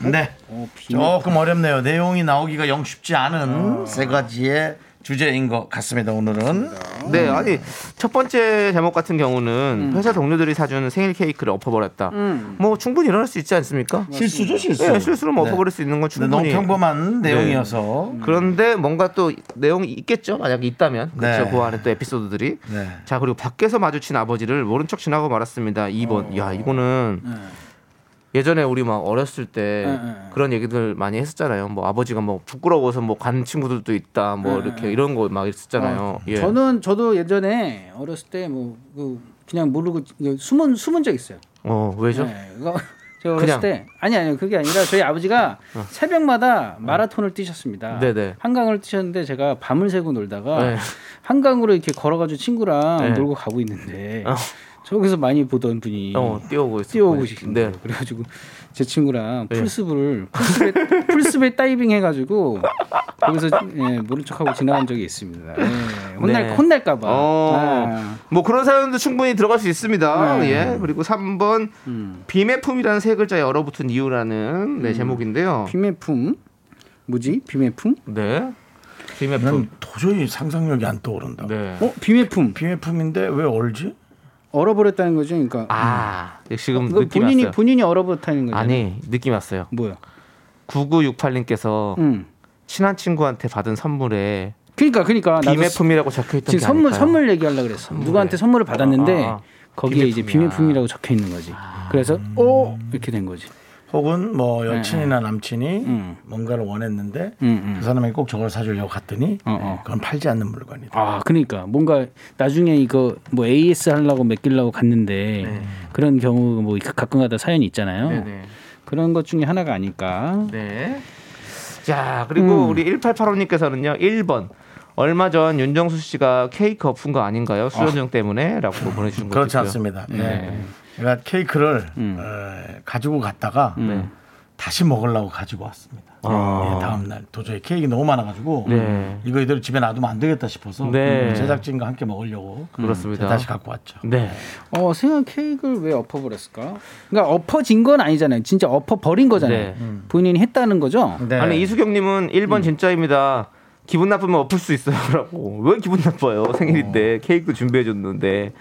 Speaker 1: 네
Speaker 7: 어,
Speaker 1: 네.
Speaker 7: 비매-
Speaker 1: 어, 조금 어렵네요 내용이 나오기가 영 쉽지 않은 세 가지의 주제인 것 같습니다. 오늘은
Speaker 2: 네,
Speaker 1: 음.
Speaker 2: 아니 첫 번째 제목 같은 경우는 회사 동료들이 사주는 생일 케이크를 엎어버렸다. 뭐 충분히 일어날 수 있지 않습니까?
Speaker 1: 음. 실수죠 실수.
Speaker 2: 네, 실수로 뭐
Speaker 1: 네.
Speaker 2: 엎어버릴 수 있는 건
Speaker 1: 근데 너무
Speaker 2: 충분히.
Speaker 1: 평범한
Speaker 2: 네.
Speaker 1: 내용이어서
Speaker 2: 그런데 뭔가 또 내용이 있겠죠. 만약에 있다면 그렇죠.
Speaker 1: 네.
Speaker 2: 그 안에 또 에피소드들이.
Speaker 1: 네.
Speaker 2: 자 그리고 밖에서 마주친 아버지를 모른 척 지나고 말았습니다. 2번.
Speaker 1: 어.
Speaker 2: 야 이거는
Speaker 1: 네.
Speaker 2: 예전에 우리 막 어렸을 때 그런 얘기들 많이 했었잖아요. 뭐 아버지가 뭐 부끄러워서 뭐 간 친구들도 있다. 뭐
Speaker 1: 네,
Speaker 2: 이렇게 이런 거
Speaker 1: 어,
Speaker 2: 막 있었잖아요. 예.
Speaker 7: 저는 저도 예전에 어렸을 때뭐그 그냥 모르고 그 숨은 숨은 적 있어요.
Speaker 2: 어 왜죠?
Speaker 7: 네, 그거 제가 어렸을
Speaker 2: 그냥. 어.
Speaker 7: 때 아니 아니 그게 아니라 저희 아버지가 새벽마다 마라톤을 뛰셨습니다.
Speaker 2: 네네.
Speaker 7: 한강을 뛰셨는데 제가 밤을 새고 놀다가
Speaker 2: 네.
Speaker 7: 한강으로 이렇게 걸어가지고 친구랑
Speaker 2: 네.
Speaker 7: 놀고 가고 있는데
Speaker 2: 어.
Speaker 7: 저기서 많이 보던 분이
Speaker 2: 어 뛰어오고 있어.
Speaker 7: 뛰어오고 계신
Speaker 2: 네.
Speaker 7: 거예요. 그래가지고 제 친구랑 풀스부를 풀스배, 풀스배 다이빙 해가지고 거기서 예, 모른 척하고 지나간 적이 있습니다. 예, 혼날
Speaker 2: 네.
Speaker 7: 혼날까봐.
Speaker 2: 어,
Speaker 7: 아,
Speaker 2: 뭐 그런 사연도 충분히 들어갈 수 있습니다.
Speaker 7: 네.
Speaker 2: 예. 그리고 3번
Speaker 7: 음.
Speaker 2: 비매품이라는 세 글자에 얼어붙은 이유라는 네, 제목인데요.
Speaker 7: 비매품 뭐지? 비매품?
Speaker 2: 네. 비매품.
Speaker 1: 난 도저히 상상력이 안 떠오른다.
Speaker 2: 네.
Speaker 7: 어 비매품
Speaker 1: 비매품인데 왜 얼지?
Speaker 7: 얼어버렸다는 거죠. 그러니까
Speaker 2: 아, 지금
Speaker 7: 이거
Speaker 2: 느낌
Speaker 7: 본인이
Speaker 2: 왔어요.
Speaker 7: 본인이 얼어버렸다는 거죠.
Speaker 2: 아니, 느낌 왔어요.
Speaker 7: 뭐야?
Speaker 2: 9968님께서
Speaker 7: 음.
Speaker 2: 친한 친구한테 받은 선물에
Speaker 7: 그러니까 그러니까 나도
Speaker 2: 비매품이라고 적혀 있던 게
Speaker 7: 지금 선물
Speaker 2: 아닐까요?
Speaker 7: 선물 얘기하려 그랬어. 누구한테 선물을 받았는데
Speaker 2: 아, 아.
Speaker 7: 거기에 이제
Speaker 2: 비매품이야. 아.
Speaker 7: 비매품이라고 적혀 있는 거지. 그래서 오 이렇게 된 거지.
Speaker 1: 혹은 뭐 여친이나 남친이
Speaker 7: 음.
Speaker 1: 뭔가를 원했는데
Speaker 7: 음, 음.
Speaker 1: 그 사람이 꼭 저걸 사주려고 갔더니
Speaker 7: 어, 어.
Speaker 1: 그건 팔지 않는 물건이다.
Speaker 7: 아, 그러니까 뭔가 나중에 이거 뭐 AS 하려고 맡기려고 갔는데 그런 경우 뭐 가끔가다 사연이 있잖아요.
Speaker 2: 네. 네네.
Speaker 7: 그런 것 중에 하나가 아닐까.
Speaker 2: 네. 음. 자, 그리고 우리 1885님께서는요. 1번. 얼마 전 윤정수 씨가 케이크 엎은 거 아닌가요? 수현정 때문에라고 보내주신 거
Speaker 1: 그렇지
Speaker 2: 있고요.
Speaker 1: 않습니다. 네. 제가 케이크를 어, 가지고 갔다가 다시 먹으려고 가지고 왔습니다.
Speaker 2: 아.
Speaker 1: 예, 다음 날 도저히 케이크 너무 많아가지고
Speaker 2: 네.
Speaker 1: 이거 이대로 집에 놔두면 안 되겠다 싶어서
Speaker 2: 네.
Speaker 1: 음, 제작진과 함께 먹으려고
Speaker 2: 그렇습니다.
Speaker 1: 다시 갖고 왔죠.
Speaker 2: 네.
Speaker 7: 어, 생각 케이크를 왜 엎어버렸을까? 그러니까 엎어진 건 아니잖아요. 진짜 엎어버린 거잖아요. 음.
Speaker 2: 네. 음.
Speaker 7: 본인이 했다는 거죠.
Speaker 1: 네.
Speaker 2: 아니 이수경님은 1번 진짜입니다. 기분 나쁘면 엎을 수 있어요라고. 왜 기분 나빠요? 생일인데 케이크 준비해 줬는데.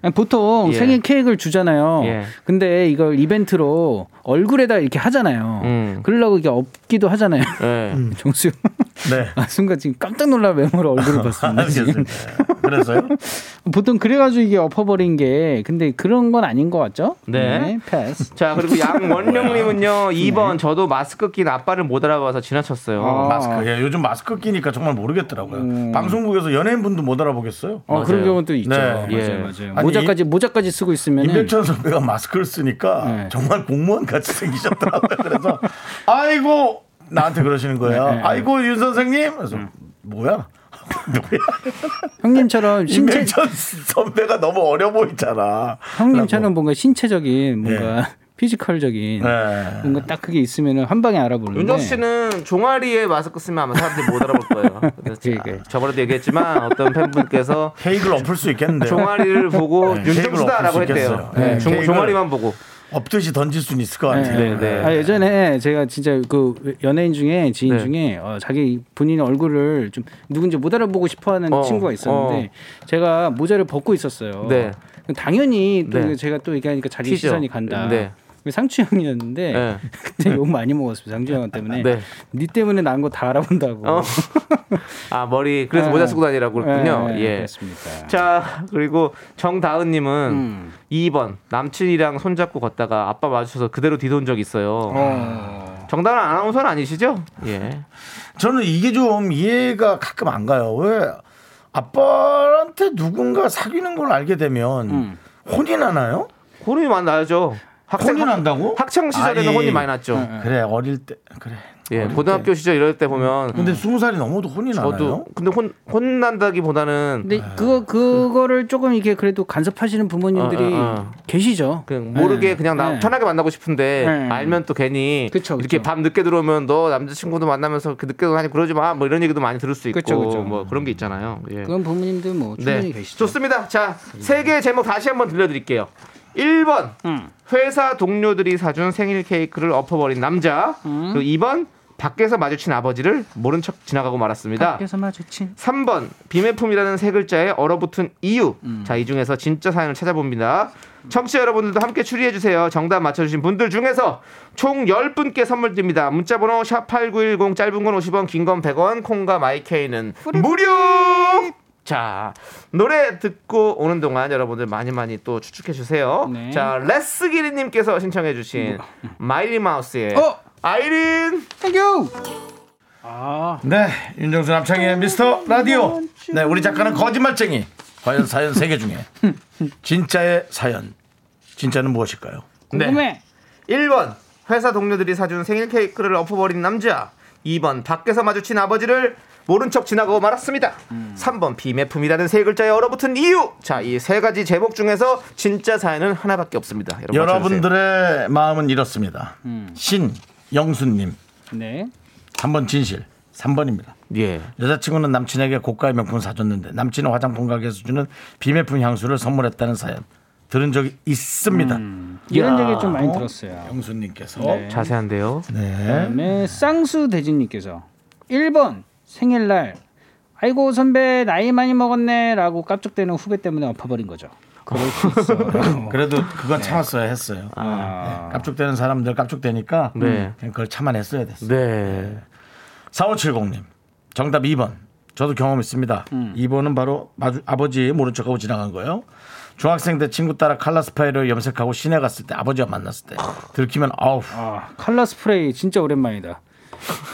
Speaker 7: 아니, 보통
Speaker 2: 예.
Speaker 7: 생일 케이크를 주잖아요.
Speaker 2: 예.
Speaker 7: 근데 이걸 이벤트로 얼굴에다 이렇게 하잖아요.
Speaker 2: 음.
Speaker 7: 그러려고 이게 엎기도 하잖아요.
Speaker 2: 네.
Speaker 7: 정수영.
Speaker 1: 네.
Speaker 7: 아, 순간 지금 깜짝 놀라 외모로 얼굴을 봤습니다. 지금.
Speaker 1: 알겠습니다. 예. 그래서요?
Speaker 7: 보통 그래가지고 이게 엎어버린 게 근데 그런 건 아닌 것 같죠?
Speaker 2: 네.
Speaker 7: 패스.
Speaker 2: 자 그리고 양원명님은요 2번 저도 마스크 낀 아빠를 못 네. 알아봐서 지나쳤어요.
Speaker 7: 아.
Speaker 1: 마스크. 예, 요즘 마스크 끼니까 정말 모르겠더라고요. 방송국에서 연예인분도 못 알아보겠어요.
Speaker 7: 어, 그런 경우도 있죠.
Speaker 1: 네.
Speaker 7: 맞아요,
Speaker 2: 예.
Speaker 7: 맞아요.
Speaker 1: 아니,
Speaker 7: 모자까지 모자까지 쓰고 있으면
Speaker 1: 임백천 선배가 마스크를 쓰니까
Speaker 7: 네.
Speaker 1: 정말 공무원 같이 생기셨더라고요. 그래서 아이고 나한테 그러시는 거예요.
Speaker 7: 네, 음. 네, 네.
Speaker 1: 아이고 윤 선생님. 그래서 뭐야? 누구야?
Speaker 7: 형님처럼 신체
Speaker 1: 임백천 선배가 너무 어려 보이잖아.
Speaker 7: 형님처럼 뭔가
Speaker 2: 예.
Speaker 7: 신체적인 뭔가 피지컬적인
Speaker 1: 네.
Speaker 7: 뭔가 딱 그게 있으면 한 방에 알아보는데.
Speaker 2: 윤정수 씨는 종아리에 마스크 쓰면 아마 사람들이 못 알아볼 거예요. 그래서
Speaker 1: 그렇죠.
Speaker 2: 자,
Speaker 7: 그러니까요.
Speaker 2: 저번에도 얘기했지만 어떤 팬분께서
Speaker 1: 케이크를 엎을 수 있겠는데
Speaker 2: 종아리를 보고
Speaker 1: 네,
Speaker 2: 윤정수다라고
Speaker 1: 테이블 없을 수
Speaker 2: 했대요.
Speaker 1: 있겠어요. 네,
Speaker 2: 종,
Speaker 1: 테이블.
Speaker 2: 아리만 보고.
Speaker 1: 엎듯이 던질 수는 있을 것 같아요.
Speaker 7: 네.
Speaker 2: 네.
Speaker 7: 아, 예전에 제가 진짜 그 연예인 중에 지인
Speaker 2: 네.
Speaker 7: 중에 어, 자기 본인 얼굴을 좀 누군지 못 알아보고 싶어하는
Speaker 2: 어,
Speaker 7: 친구가 있었는데 제가 모자를 벗고 있었어요.
Speaker 2: 네.
Speaker 7: 당연히 또
Speaker 2: 네.
Speaker 7: 이거 제가 또 얘기하니까 자기
Speaker 2: 튀죠.
Speaker 7: 시선이 간다.
Speaker 2: 네.
Speaker 7: 상추 형이었는데
Speaker 2: 네.
Speaker 7: 그때 욕 많이 먹었어요 상추 형 때문에
Speaker 2: 네.
Speaker 7: 니 때문에 난 거 다 알아본다고
Speaker 2: 어. 아 머리
Speaker 1: 네.
Speaker 2: 그래서 모자 쓰고 다니라고 그랬군요.
Speaker 7: 네,
Speaker 2: 예.
Speaker 7: 그렇습니다.
Speaker 2: 자 그리고 정다은님은
Speaker 1: 음.
Speaker 2: 2번 남친이랑 손잡고 걷다가 아빠 마주쳐서 그대로 뒤돈 적 있어요. 정다은 아나운서는 아니시죠? 예.
Speaker 1: 저는 이게 좀 이해가 가끔 안 가요. 왜 아빠한테 누군가 사귀는 걸 알게 되면
Speaker 7: 음.
Speaker 1: 혼이 나나요?
Speaker 2: 혼이 많이 나죠.
Speaker 1: 혼이 난다고?
Speaker 2: 학창 시절에는
Speaker 1: 아니. 네.
Speaker 2: 혼이 많이 났죠.
Speaker 1: 그래 어릴 때 그래.
Speaker 2: 예. 고등학교 시절 이럴 때 보면
Speaker 1: 근데 스무 살이 넘어도 혼이 나나요?
Speaker 2: 저도 근데 혼 혼난다기보다는
Speaker 7: 근데 그거 그거를 조금 이게 그래도 간섭하시는 부모님들이
Speaker 2: 어, 어, 어.
Speaker 7: 계시죠
Speaker 2: 그냥 모르게
Speaker 7: 네.
Speaker 2: 그냥 나
Speaker 7: 네.
Speaker 2: 편하게 만나고 싶은데
Speaker 7: 네.
Speaker 2: 알면 또 괜히
Speaker 7: 그쵸,
Speaker 2: 이렇게
Speaker 7: 그쵸.
Speaker 2: 밤 늦게 들어오면 너 남자친구도 만나면서 이렇게 늦게 하니 그러지 마 뭐 이런 얘기도 많이 들을 수 있고
Speaker 7: 그쵸, 그쵸.
Speaker 2: 뭐 그런 게 있잖아요. 예.
Speaker 7: 그런 부모님들 뭐 충분히
Speaker 2: 네.
Speaker 7: 계시죠 음.
Speaker 2: 좋습니다. 자, 세 개의 제목 다시 한번 들려드릴게요.
Speaker 7: 음. 음.
Speaker 2: 1번. 회사 동료들이 사준 생일 케이크를 엎어버린 남자. 그리고 2번. 밖에서 마주친 아버지를 모른 척 지나가고 말았습니다.
Speaker 7: 밖에서 마주친
Speaker 2: 3번 비매품이라는 세 글자에 얼어붙은 이유.
Speaker 7: 음.
Speaker 2: 자, 이 중에서 진짜 사연을 찾아봅니다. 청취자 여러분들도 함께 추리해 주세요. 정답 맞춰 주신 분들 중에서 총 10분께 선물 드립니다. 문자 번호 샵8910 짧은 건 50원, 긴 건 100원, 콩과 마이케이는 무료! 자, 노래 듣고 오는 동안 여러분들 많이 많이 또 추측해 주세요.
Speaker 7: 네. 뭐.
Speaker 2: 자, 레스기리 님께서 신청해 주신 마일리 마우스의
Speaker 7: 어?
Speaker 2: 아이린
Speaker 7: 땡큐. 아,
Speaker 1: 네, 윤정수 남창의 미스터 라디오. 네, 우리 작가는 거짓말쟁이. 과연 사연 세 개 중에 진짜의 사연. 진짜는 무엇일까요?
Speaker 7: 궁금해.
Speaker 2: 1번 회사 동료들이 사준 생일 케이크를 엎어버린 남자 2번 밖에서 마주친 아버지를 모른 척 지나가고 말았습니다 3번 비매품이라는 세 글자에 얼어붙은 이유 자 이 세 가지 제목 중에서 진짜 사연은 하나밖에 없습니다 여러분 맞춰주세요.
Speaker 1: 여러분들의 마음은 이렇습니다. 신 영수님
Speaker 7: 네.
Speaker 1: 3번 진실 3번입니다.
Speaker 2: 예.
Speaker 1: 여자친구는 남친에게 고가의 명품 사줬는데 남친은 화장품 가게에서 주는 비매품 향수를 선물했다는 사연 들은 적이 있습니다.
Speaker 2: 음.
Speaker 7: 이런 얘기 좀 많이
Speaker 1: 네?
Speaker 7: 들었어요.
Speaker 1: 영수님께서
Speaker 2: 자세한데요
Speaker 1: 네.
Speaker 7: 그다음에 쌍수 대진님께서 1번 생일날 아이고 선배 나이 많이 먹었네라고 깝죽대는 후배 때문에 엎어버린 거죠. 그럴 수 있어.
Speaker 1: 그래도
Speaker 2: 네.
Speaker 1: 그건 참았어야 했어요.
Speaker 7: 아.
Speaker 1: 네. 깝죽대는 사람들 깝죽대니까
Speaker 2: 네.
Speaker 1: 그냥 그걸 참아냈어야 됐어요.
Speaker 2: 네
Speaker 1: 4570님 정답 2번 저도 경험 있습니다 2번은 바로 마주- 아버지 모른 척하고 지나간 거예요 중학생 때 친구 따라 칼라 스파이로 염색하고 시내 갔을 때 아버지와 만났을 때 들키면 아우
Speaker 7: 아, 칼라 스프레이 진짜 오랜만이다.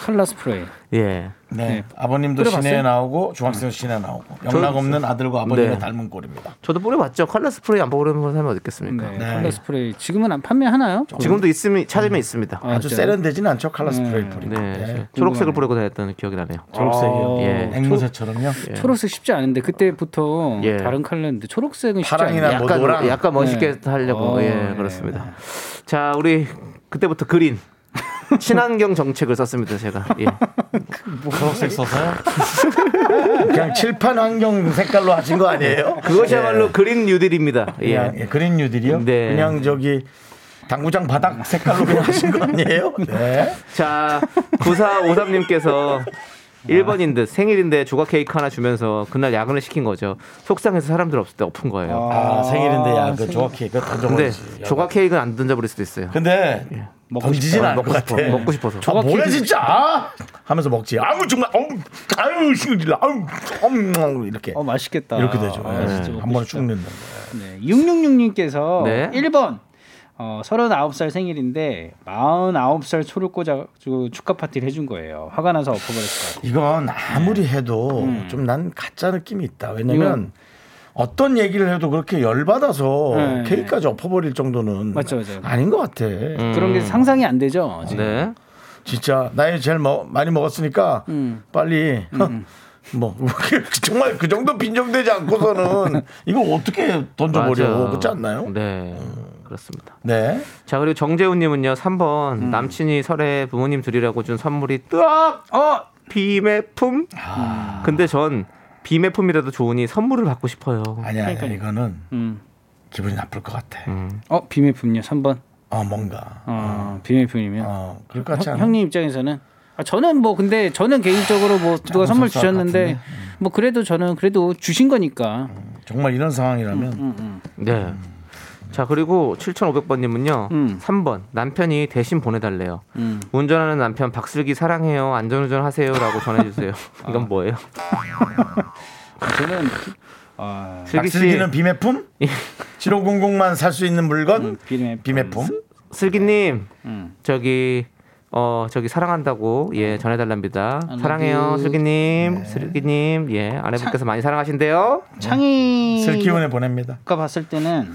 Speaker 7: 칼라 스프레이.
Speaker 2: 예.
Speaker 1: 네. 아버님도 시내에
Speaker 7: 뿌려봤어요?
Speaker 1: 나오고 중학생도 시내에 나오고 영락 없는 아들과 아버님의
Speaker 2: 네.
Speaker 1: 닮은 꼴입니다
Speaker 2: 저도 뿌려봤죠 컬러 스프레이 안 뿌리는 사람이 어디 있겠습니까
Speaker 7: 네, 칼라 스프레이 지금은 안 판매하나요?
Speaker 2: 지금도 있으면 찾으면 있습니다
Speaker 7: 아,
Speaker 1: 아주
Speaker 7: 진짜요?
Speaker 1: 세련되지는 않죠 칼라 스프레이 뿌리
Speaker 2: 네,
Speaker 1: 네.
Speaker 2: 초록색을 뿌리고 다녔던 기억이 나네요
Speaker 7: 아,
Speaker 1: 초록색이요
Speaker 2: 예.
Speaker 1: 앵무새처럼요
Speaker 2: 네.
Speaker 7: 초록색 쉽지 않은데 그때 보통
Speaker 2: 예.
Speaker 7: 다른 컬러인데 초록색은 쉽지 않아요.
Speaker 1: 파랑이나 뭐
Speaker 2: 약간
Speaker 1: 노랑.
Speaker 2: 약간 멋있게
Speaker 7: 네.
Speaker 2: 하려고
Speaker 7: 어,
Speaker 2: 예
Speaker 7: 네.
Speaker 2: 그렇습니다. 자 우리 그때부터 그린 친환경 정책을 썼습니다 제가 예.
Speaker 1: 초록색 써서요 그냥 칠판 환경 색깔로 하신 거 아니에요
Speaker 2: 그것이야말로 그린 뉴딜입니다.
Speaker 1: 그냥
Speaker 2: 예.
Speaker 1: 예, 그린 뉴딜이요?
Speaker 2: 네.
Speaker 1: 그냥 저기 당구장 바닥 색깔로 그냥 하신 거 아니에요? 네.
Speaker 2: 자 9453님께서 1번인 듯 생일인데 조각 케이크 하나 주면서 그날 야근을 시킨 거죠. 속상해서 사람들 없을 때 엎은 거예요.
Speaker 1: 아, 생일인데 야, 그 조각해 그거
Speaker 2: 근데
Speaker 1: 던져버리지.
Speaker 2: 조각 케이크는 안 던져버릴 수도 있어요.
Speaker 1: 근데 던지진
Speaker 2: 싶어요.
Speaker 1: 않을 것
Speaker 2: 먹고
Speaker 1: 같아.
Speaker 2: 싶어. 먹고 싶어서. 그 네.
Speaker 1: 아, 뭐야 진짜? 하면서 먹지. 아우 정말 아우 아우 신기라. 아우 음, 아우, 이렇게
Speaker 7: 어 맛있겠다.
Speaker 1: 이렇게 되죠.
Speaker 7: 아,
Speaker 1: 예.
Speaker 7: 진짜 먹고
Speaker 1: 한 번에
Speaker 7: 싶다.
Speaker 1: 죽는다.
Speaker 7: 네. 666님께서
Speaker 2: 네.
Speaker 7: 1번 어, 39살 생일인데 49살 초를 꽂아가지고 축하 파티를 해준 거예요. 화가 나서 엎어버렸어요.
Speaker 1: 이건 아무리 해도 좀 난 가짜 느낌이 있다. 왜냐면 어떤 얘기를 해도 그렇게 열받아서
Speaker 7: 네.
Speaker 1: 케이크까지 엎어버릴 정도는
Speaker 7: 맞죠, 맞죠.
Speaker 1: 음. 아닌 것 같아.
Speaker 7: 그런 게
Speaker 2: 음.
Speaker 7: 상상이 안 되죠. 지금.
Speaker 2: 네.
Speaker 1: 진짜 나이 제일 먹- 많이 먹었으니까
Speaker 7: 음.
Speaker 1: 빨리 뭐 정말 그 정도 빈정되지 않고서는 이걸 어떻게 던져버려
Speaker 2: 맞아요.
Speaker 1: 그렇지 않나요? 네.
Speaker 2: 네. 그렇습니다. 자 그리고 정재훈님은요 3번 남친이 설에 부모님 드리라고 준 선물이 뜨악 어 비매품 근데 전 비매품이라도 좋으니 선물을 받고 싶어요
Speaker 1: 아니야 아니야 이거는 기분이 나쁠 것 같아.
Speaker 7: 어 비밀품요. 3번.
Speaker 1: 어 뭔가
Speaker 7: 어 비밀품이면
Speaker 1: 어 그럴 것 같지 않아?
Speaker 7: 형님 입장에서는 아, 저는 뭐 근데 저는 개인적으로 뭐 누가 선물
Speaker 1: 설사 같은데? 음.
Speaker 7: 주셨는데 뭐 그래도 저는 그래도 주신 거니까 음,
Speaker 1: 정말 이런 상황이라면
Speaker 2: 네. 자 그리고 7500번님은요
Speaker 7: 음.
Speaker 2: 3번 남편이 대신 보내달래요 운전하는 남편 박슬기 사랑해요 안전운전 하세요 라고 전해주세요 이건 뭐예요?
Speaker 7: 저는 아,
Speaker 2: 슬기씨
Speaker 1: 박슬기는 비매품?
Speaker 2: 예.
Speaker 1: 7500만 살 수 있는 물건?
Speaker 2: 음.
Speaker 7: 비매품.
Speaker 1: 비매품?
Speaker 2: 슬기님
Speaker 7: 음.
Speaker 2: 저기 어 저기 사랑한다고 예 전해달랍니다
Speaker 7: love
Speaker 2: 사랑해요
Speaker 7: you.
Speaker 2: 슬기님
Speaker 7: 네.
Speaker 2: 슬기님 예 아내분께서 많이 사랑하신대요
Speaker 7: 창의가
Speaker 1: 슬기운에 보냅니다.
Speaker 7: 봤을 때는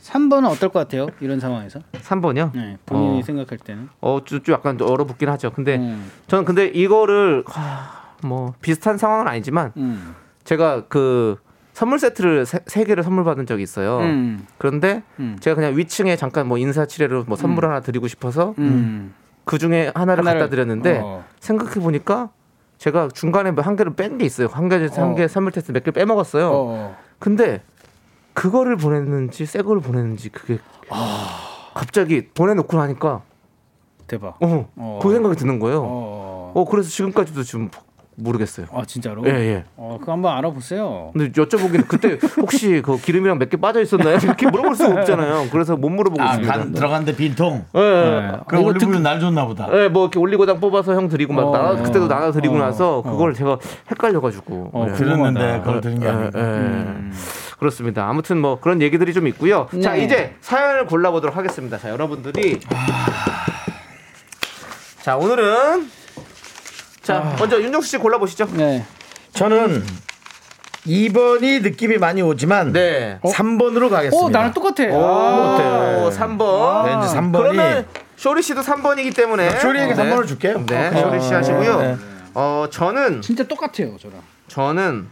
Speaker 7: 3번은 어떨 것 같아요? 이런 상황에서
Speaker 2: 3번요
Speaker 7: 네, 본인이
Speaker 2: 어. 네.
Speaker 7: 생각할 때는
Speaker 2: 어쭈 약간 얼어붙긴 하죠 근데
Speaker 7: 음.
Speaker 2: 저는 근데 이거를 하, 뭐 비슷한 상황은 아니지만
Speaker 7: 음.
Speaker 2: 제가 그 선물 세트를 세, 세 개를 선물 받은 적이 있어요
Speaker 7: 음.
Speaker 2: 그런데 제가 그냥 위층에 잠깐 뭐 인사치레로 뭐 선물 하나 드리고 싶어서
Speaker 7: 음.
Speaker 2: 그 중에 하나를,
Speaker 7: 하나를,
Speaker 2: 갖다 드렸는데
Speaker 7: 어.
Speaker 2: 생각해 보니까 제가 중간에 뭐한 개를 뺀 게 있어요. 한 개, 한
Speaker 7: 어.
Speaker 2: 개 선물 테스트 몇 개 빼먹었어요.
Speaker 7: 어. 근데
Speaker 2: 근데 그거를 보냈는지 새 거를 보냈는지 그게 갑자기 보내놓고 나니까
Speaker 7: 대박.
Speaker 2: 어,
Speaker 7: 어.
Speaker 2: 그 생각이 드는 거예요. 어,
Speaker 7: 어.
Speaker 2: 그래서 지금까지도 지금 모르겠어요.
Speaker 7: 아 진짜로?
Speaker 2: 예, 예.
Speaker 7: 어, 그거 한번 알아보세요.
Speaker 2: 근데 여쭤보기는 그때 혹시 그 기름이랑 몇 개 빠져 있었나요? 이렇게 물어볼 수가 없잖아요. 그래서 못 물어보고
Speaker 1: 아,
Speaker 2: 있습니다.
Speaker 1: 간 들어간데 빈통.
Speaker 2: 예, 예.
Speaker 1: 그
Speaker 2: 이거
Speaker 1: 올리브유 날 줬나 보다.
Speaker 2: 예, 뭐 이렇게 올리고당 뽑아서 형 드리고 막
Speaker 7: 어,
Speaker 2: 나눠 그때도 나눠 드리고
Speaker 7: 어,
Speaker 2: 나서
Speaker 7: 어.
Speaker 2: 그걸 제가 헷갈려가지고
Speaker 7: 어,
Speaker 2: 예.
Speaker 7: 그래요?
Speaker 1: 들었는데
Speaker 7: 궁금하다.
Speaker 1: 그걸 들은 게
Speaker 2: 예,
Speaker 1: 아니고.
Speaker 2: 예. 그렇습니다. 아무튼 뭐 그런 얘기들이 좀 있고요. 자
Speaker 7: 네.
Speaker 2: 이제 사연을 골라보도록 하겠습니다. 자 여러분들이 자 오늘은 자
Speaker 1: 아.
Speaker 2: 먼저 윤정수 씨 골라보시죠.
Speaker 7: 네.
Speaker 1: 저는 2번이 느낌이 많이 오지만
Speaker 2: 네. 어,
Speaker 1: 3번으로 가겠습니다.
Speaker 7: 오 어, 나랑 똑같아.
Speaker 2: 오,
Speaker 7: 아.
Speaker 2: 오, 어, 3번.
Speaker 1: 왠지 3번이 아,
Speaker 2: 그러면 쇼리 씨도 3번이기 때문에
Speaker 1: 쇼리에게
Speaker 2: 네.
Speaker 1: 3번을 줄게요.
Speaker 2: 네,
Speaker 1: 어,
Speaker 2: 쇼리 씨 하시고요. 어 저는
Speaker 7: 진짜 똑같아요 저랑.
Speaker 2: 저는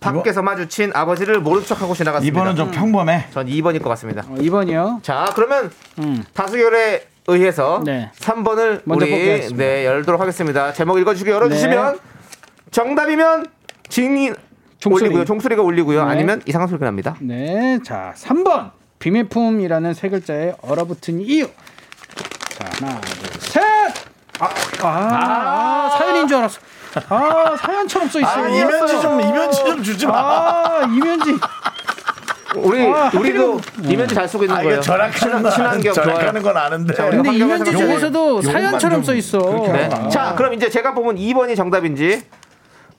Speaker 2: 밖에서 마주친 아버지를 모른 척하고 지나갔습니다.
Speaker 1: 2번은 좀 평범해.
Speaker 2: 전 2번일 것 같습니다.
Speaker 7: 어, 2번이요.
Speaker 2: 자, 그러면
Speaker 7: 음.
Speaker 2: 다수결에 의해서
Speaker 7: 네.
Speaker 2: 3번을
Speaker 7: 먼저
Speaker 2: 우리
Speaker 7: 뽑겠습니다.
Speaker 2: 네, 열도록 하겠습니다. 제목 읽어 주시고 열어 주시면 정답이면 징이
Speaker 7: 네. 종소리.
Speaker 2: 올리고요. 종소리가 올리고요.
Speaker 7: 네.
Speaker 2: 아니면 이상한 소리가 납니다.
Speaker 7: 네. 자 3번 비매품이라는 세 글자에 얼어붙은 이유. 자 하나 둘 셋. 아, 아, 아, 사연인 줄 알았어. 아 사연처럼 써 있어요.
Speaker 2: 아니요.
Speaker 1: 이면지 좀 이면지 좀 주지 마.
Speaker 7: 아 이면지.
Speaker 2: 우리
Speaker 7: 아,
Speaker 2: 우리도 이면지 잘 쓰고 있는
Speaker 1: 아, 이거
Speaker 2: 거예요.
Speaker 1: 절약하는
Speaker 2: 친환-
Speaker 1: 건
Speaker 2: 친환경 좋아요.
Speaker 1: 절약하는 건 아는데.
Speaker 2: 자, 우리
Speaker 7: 근데
Speaker 2: 환경을
Speaker 7: 이면지
Speaker 2: 생각해
Speaker 7: 중에서도 사연처럼 써 있어.
Speaker 2: 네. 자, 그럼 이제 제가 보면 2번이 정답인지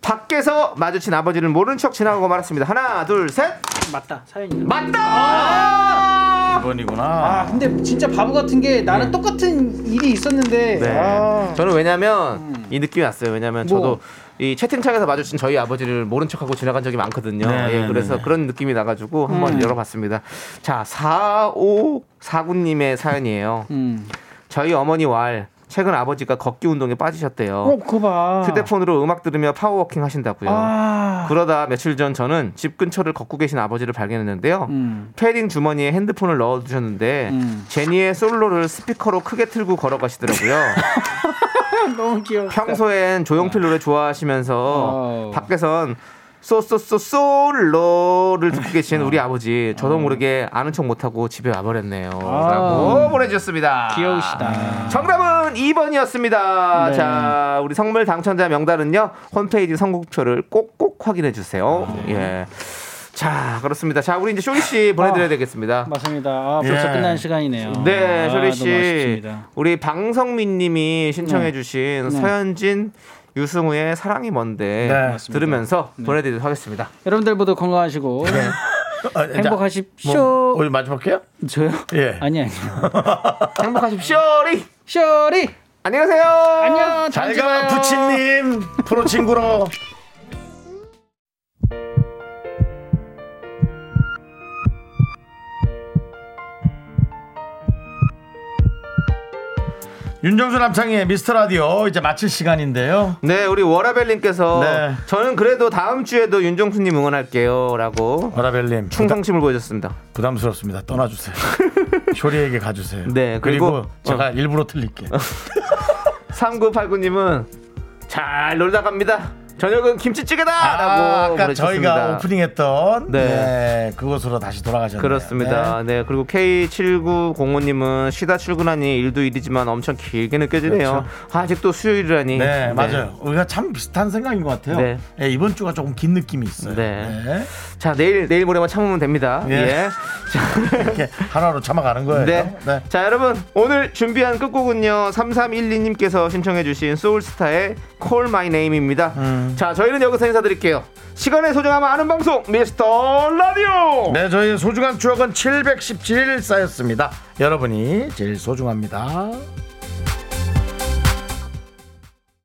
Speaker 2: 밖에서 마주친 아버지를 모른 척 지나가고 말았습니다. 하나, 둘, 셋.
Speaker 7: 맞다 아! 사연이.
Speaker 2: 맞다!
Speaker 1: 2번이구나.
Speaker 7: 아 근데 진짜 바보 같은 게 나랑 똑같은 일이 있었는데
Speaker 2: 네.
Speaker 7: 아. 음.
Speaker 2: 저는 왜냐면 이 느낌이 왔어요. 왜냐면
Speaker 7: 뭐.
Speaker 2: 저도 이 채팅창에서 마주친 저희 아버지를 모른 척하고 지나간 적이 많거든요.
Speaker 1: 네,
Speaker 2: 예, 그래서 그런 느낌이 나가지고 한번
Speaker 7: 음.
Speaker 2: 열어봤습니다. 자, 4549님의 사연이에요.
Speaker 7: 음.
Speaker 2: 저희 어머니 왈 최근 아버지가 걷기 운동에 빠지셨대요.
Speaker 7: 어 그거 봐
Speaker 2: 휴대폰으로 음악 들으며 파워워킹 하신다고요.
Speaker 7: 아
Speaker 2: 그러다 며칠 전 저는 집 근처를 걷고 계신 아버지를 발견했는데요.
Speaker 7: 음.
Speaker 2: 패딩 주머니에 핸드폰을 넣어두셨는데
Speaker 7: 음.
Speaker 2: 제니의 솔로를 스피커로 크게 틀고 걸어가시더라고요.
Speaker 7: 너무 귀여워
Speaker 2: 평소엔 조용필 노래 좋아하시면서
Speaker 7: 어.
Speaker 2: 밖에선 쏘쏘쏘 솔로를 듣고 계신 우리
Speaker 7: 어.
Speaker 2: 아버지 저도 모르게 아는 척 못하고 집에 와버렸네요. 라고 보내주셨습니다.
Speaker 7: 아. 어, 귀여우시다
Speaker 2: 정답은 2번이었습니다.
Speaker 7: 네.
Speaker 2: 자, 우리 선물 당첨자 명단은요. 홈페이지 선곡표를 꼭꼭 확인해 주세요.
Speaker 7: 아, 네.
Speaker 2: 예. 자, 그렇습니다. 자, 우리 이제 쇼리 씨 보내 드려야
Speaker 7: 아.
Speaker 2: 되겠습니다.
Speaker 7: 맞습니다 아 벌써
Speaker 1: 예.
Speaker 7: 끝난 시간이네요
Speaker 2: 네,
Speaker 7: 아,
Speaker 2: 쇼리
Speaker 7: 너무
Speaker 2: 씨.
Speaker 7: 아쉽습니다.
Speaker 2: 우리 방성민 님이 신청해 주신
Speaker 7: 네.
Speaker 2: 서현진 유승우의 사랑이 뭔데
Speaker 1: 네, 맞습니다.
Speaker 2: 들으면서 보내 드리도록 하겠습니다.
Speaker 7: 여러분들 모두 건강하시고
Speaker 1: 아, 자,
Speaker 7: 행복하십시오
Speaker 1: 뭐, 우리 마지막 해요?
Speaker 7: 저요?
Speaker 1: 예.
Speaker 7: 아니 아니요
Speaker 2: 행복하십시오. 리
Speaker 7: 쇼리
Speaker 2: 안녕히 가세요.
Speaker 7: 안녕 다음 주에
Speaker 1: 잘가
Speaker 7: 봐요.
Speaker 1: 부친님 프로 친구로. 윤정수 남창의 미스터 라디오 이제 마칠 시간인데요.
Speaker 2: 네, 우리 워라벨님께서
Speaker 1: 네.
Speaker 2: 저는 그래도 다음 주에도 윤종수님
Speaker 1: 아,
Speaker 2: 응원할게요라고
Speaker 1: 워라벨님
Speaker 2: 충성심을 보여줬습니다.
Speaker 1: 부담, 스럽습니다 떠나주세요. 쇼리에게 가주세요.
Speaker 2: 네,
Speaker 1: 그리고,
Speaker 2: 그리고
Speaker 1: 제가 일부러 틀릴게.
Speaker 2: 3989님은 잘 놀다 갑니다. 저녁은 김치찌개다라고
Speaker 1: 아, 아까 저희가
Speaker 2: 보내주셨습니다.
Speaker 1: 오프닝했던
Speaker 2: 네.
Speaker 1: 네. 그곳으로 다시 돌아가셨네요.
Speaker 2: 그렇습니다. 네. 그리고 K7905님은 쉬다 출근하니 일도 일이지만 엄청 길게 느껴지네요.
Speaker 1: 그렇죠.
Speaker 2: 아직도 수요일이라니.
Speaker 1: 네, 맞아요. 우리가 참 비슷한 생각인 것 같아요.
Speaker 2: 네.
Speaker 1: 예, 이번 주가 조금 긴 느낌이 있어요.
Speaker 2: 네.
Speaker 1: 네.
Speaker 2: 자, 내일 내일 모레만 참으면 됩니다.
Speaker 1: 예.
Speaker 2: 예.
Speaker 1: 이렇게 하나로 참아가는 거예요.
Speaker 2: 네. 자, 여러분, 오늘 준비한 끝곡은요. 3312님께서 신청해주신 소울스타의 Call My Name입니다.
Speaker 1: 음.
Speaker 2: 자, 저희는 여기서 인사드릴게요. 시간의 소중함을 아는 방송, 미스터 라디오!
Speaker 1: 네, 저희의 소중한 추억은 717일 쌓였습니다. 여러분이 제일 소중합니다.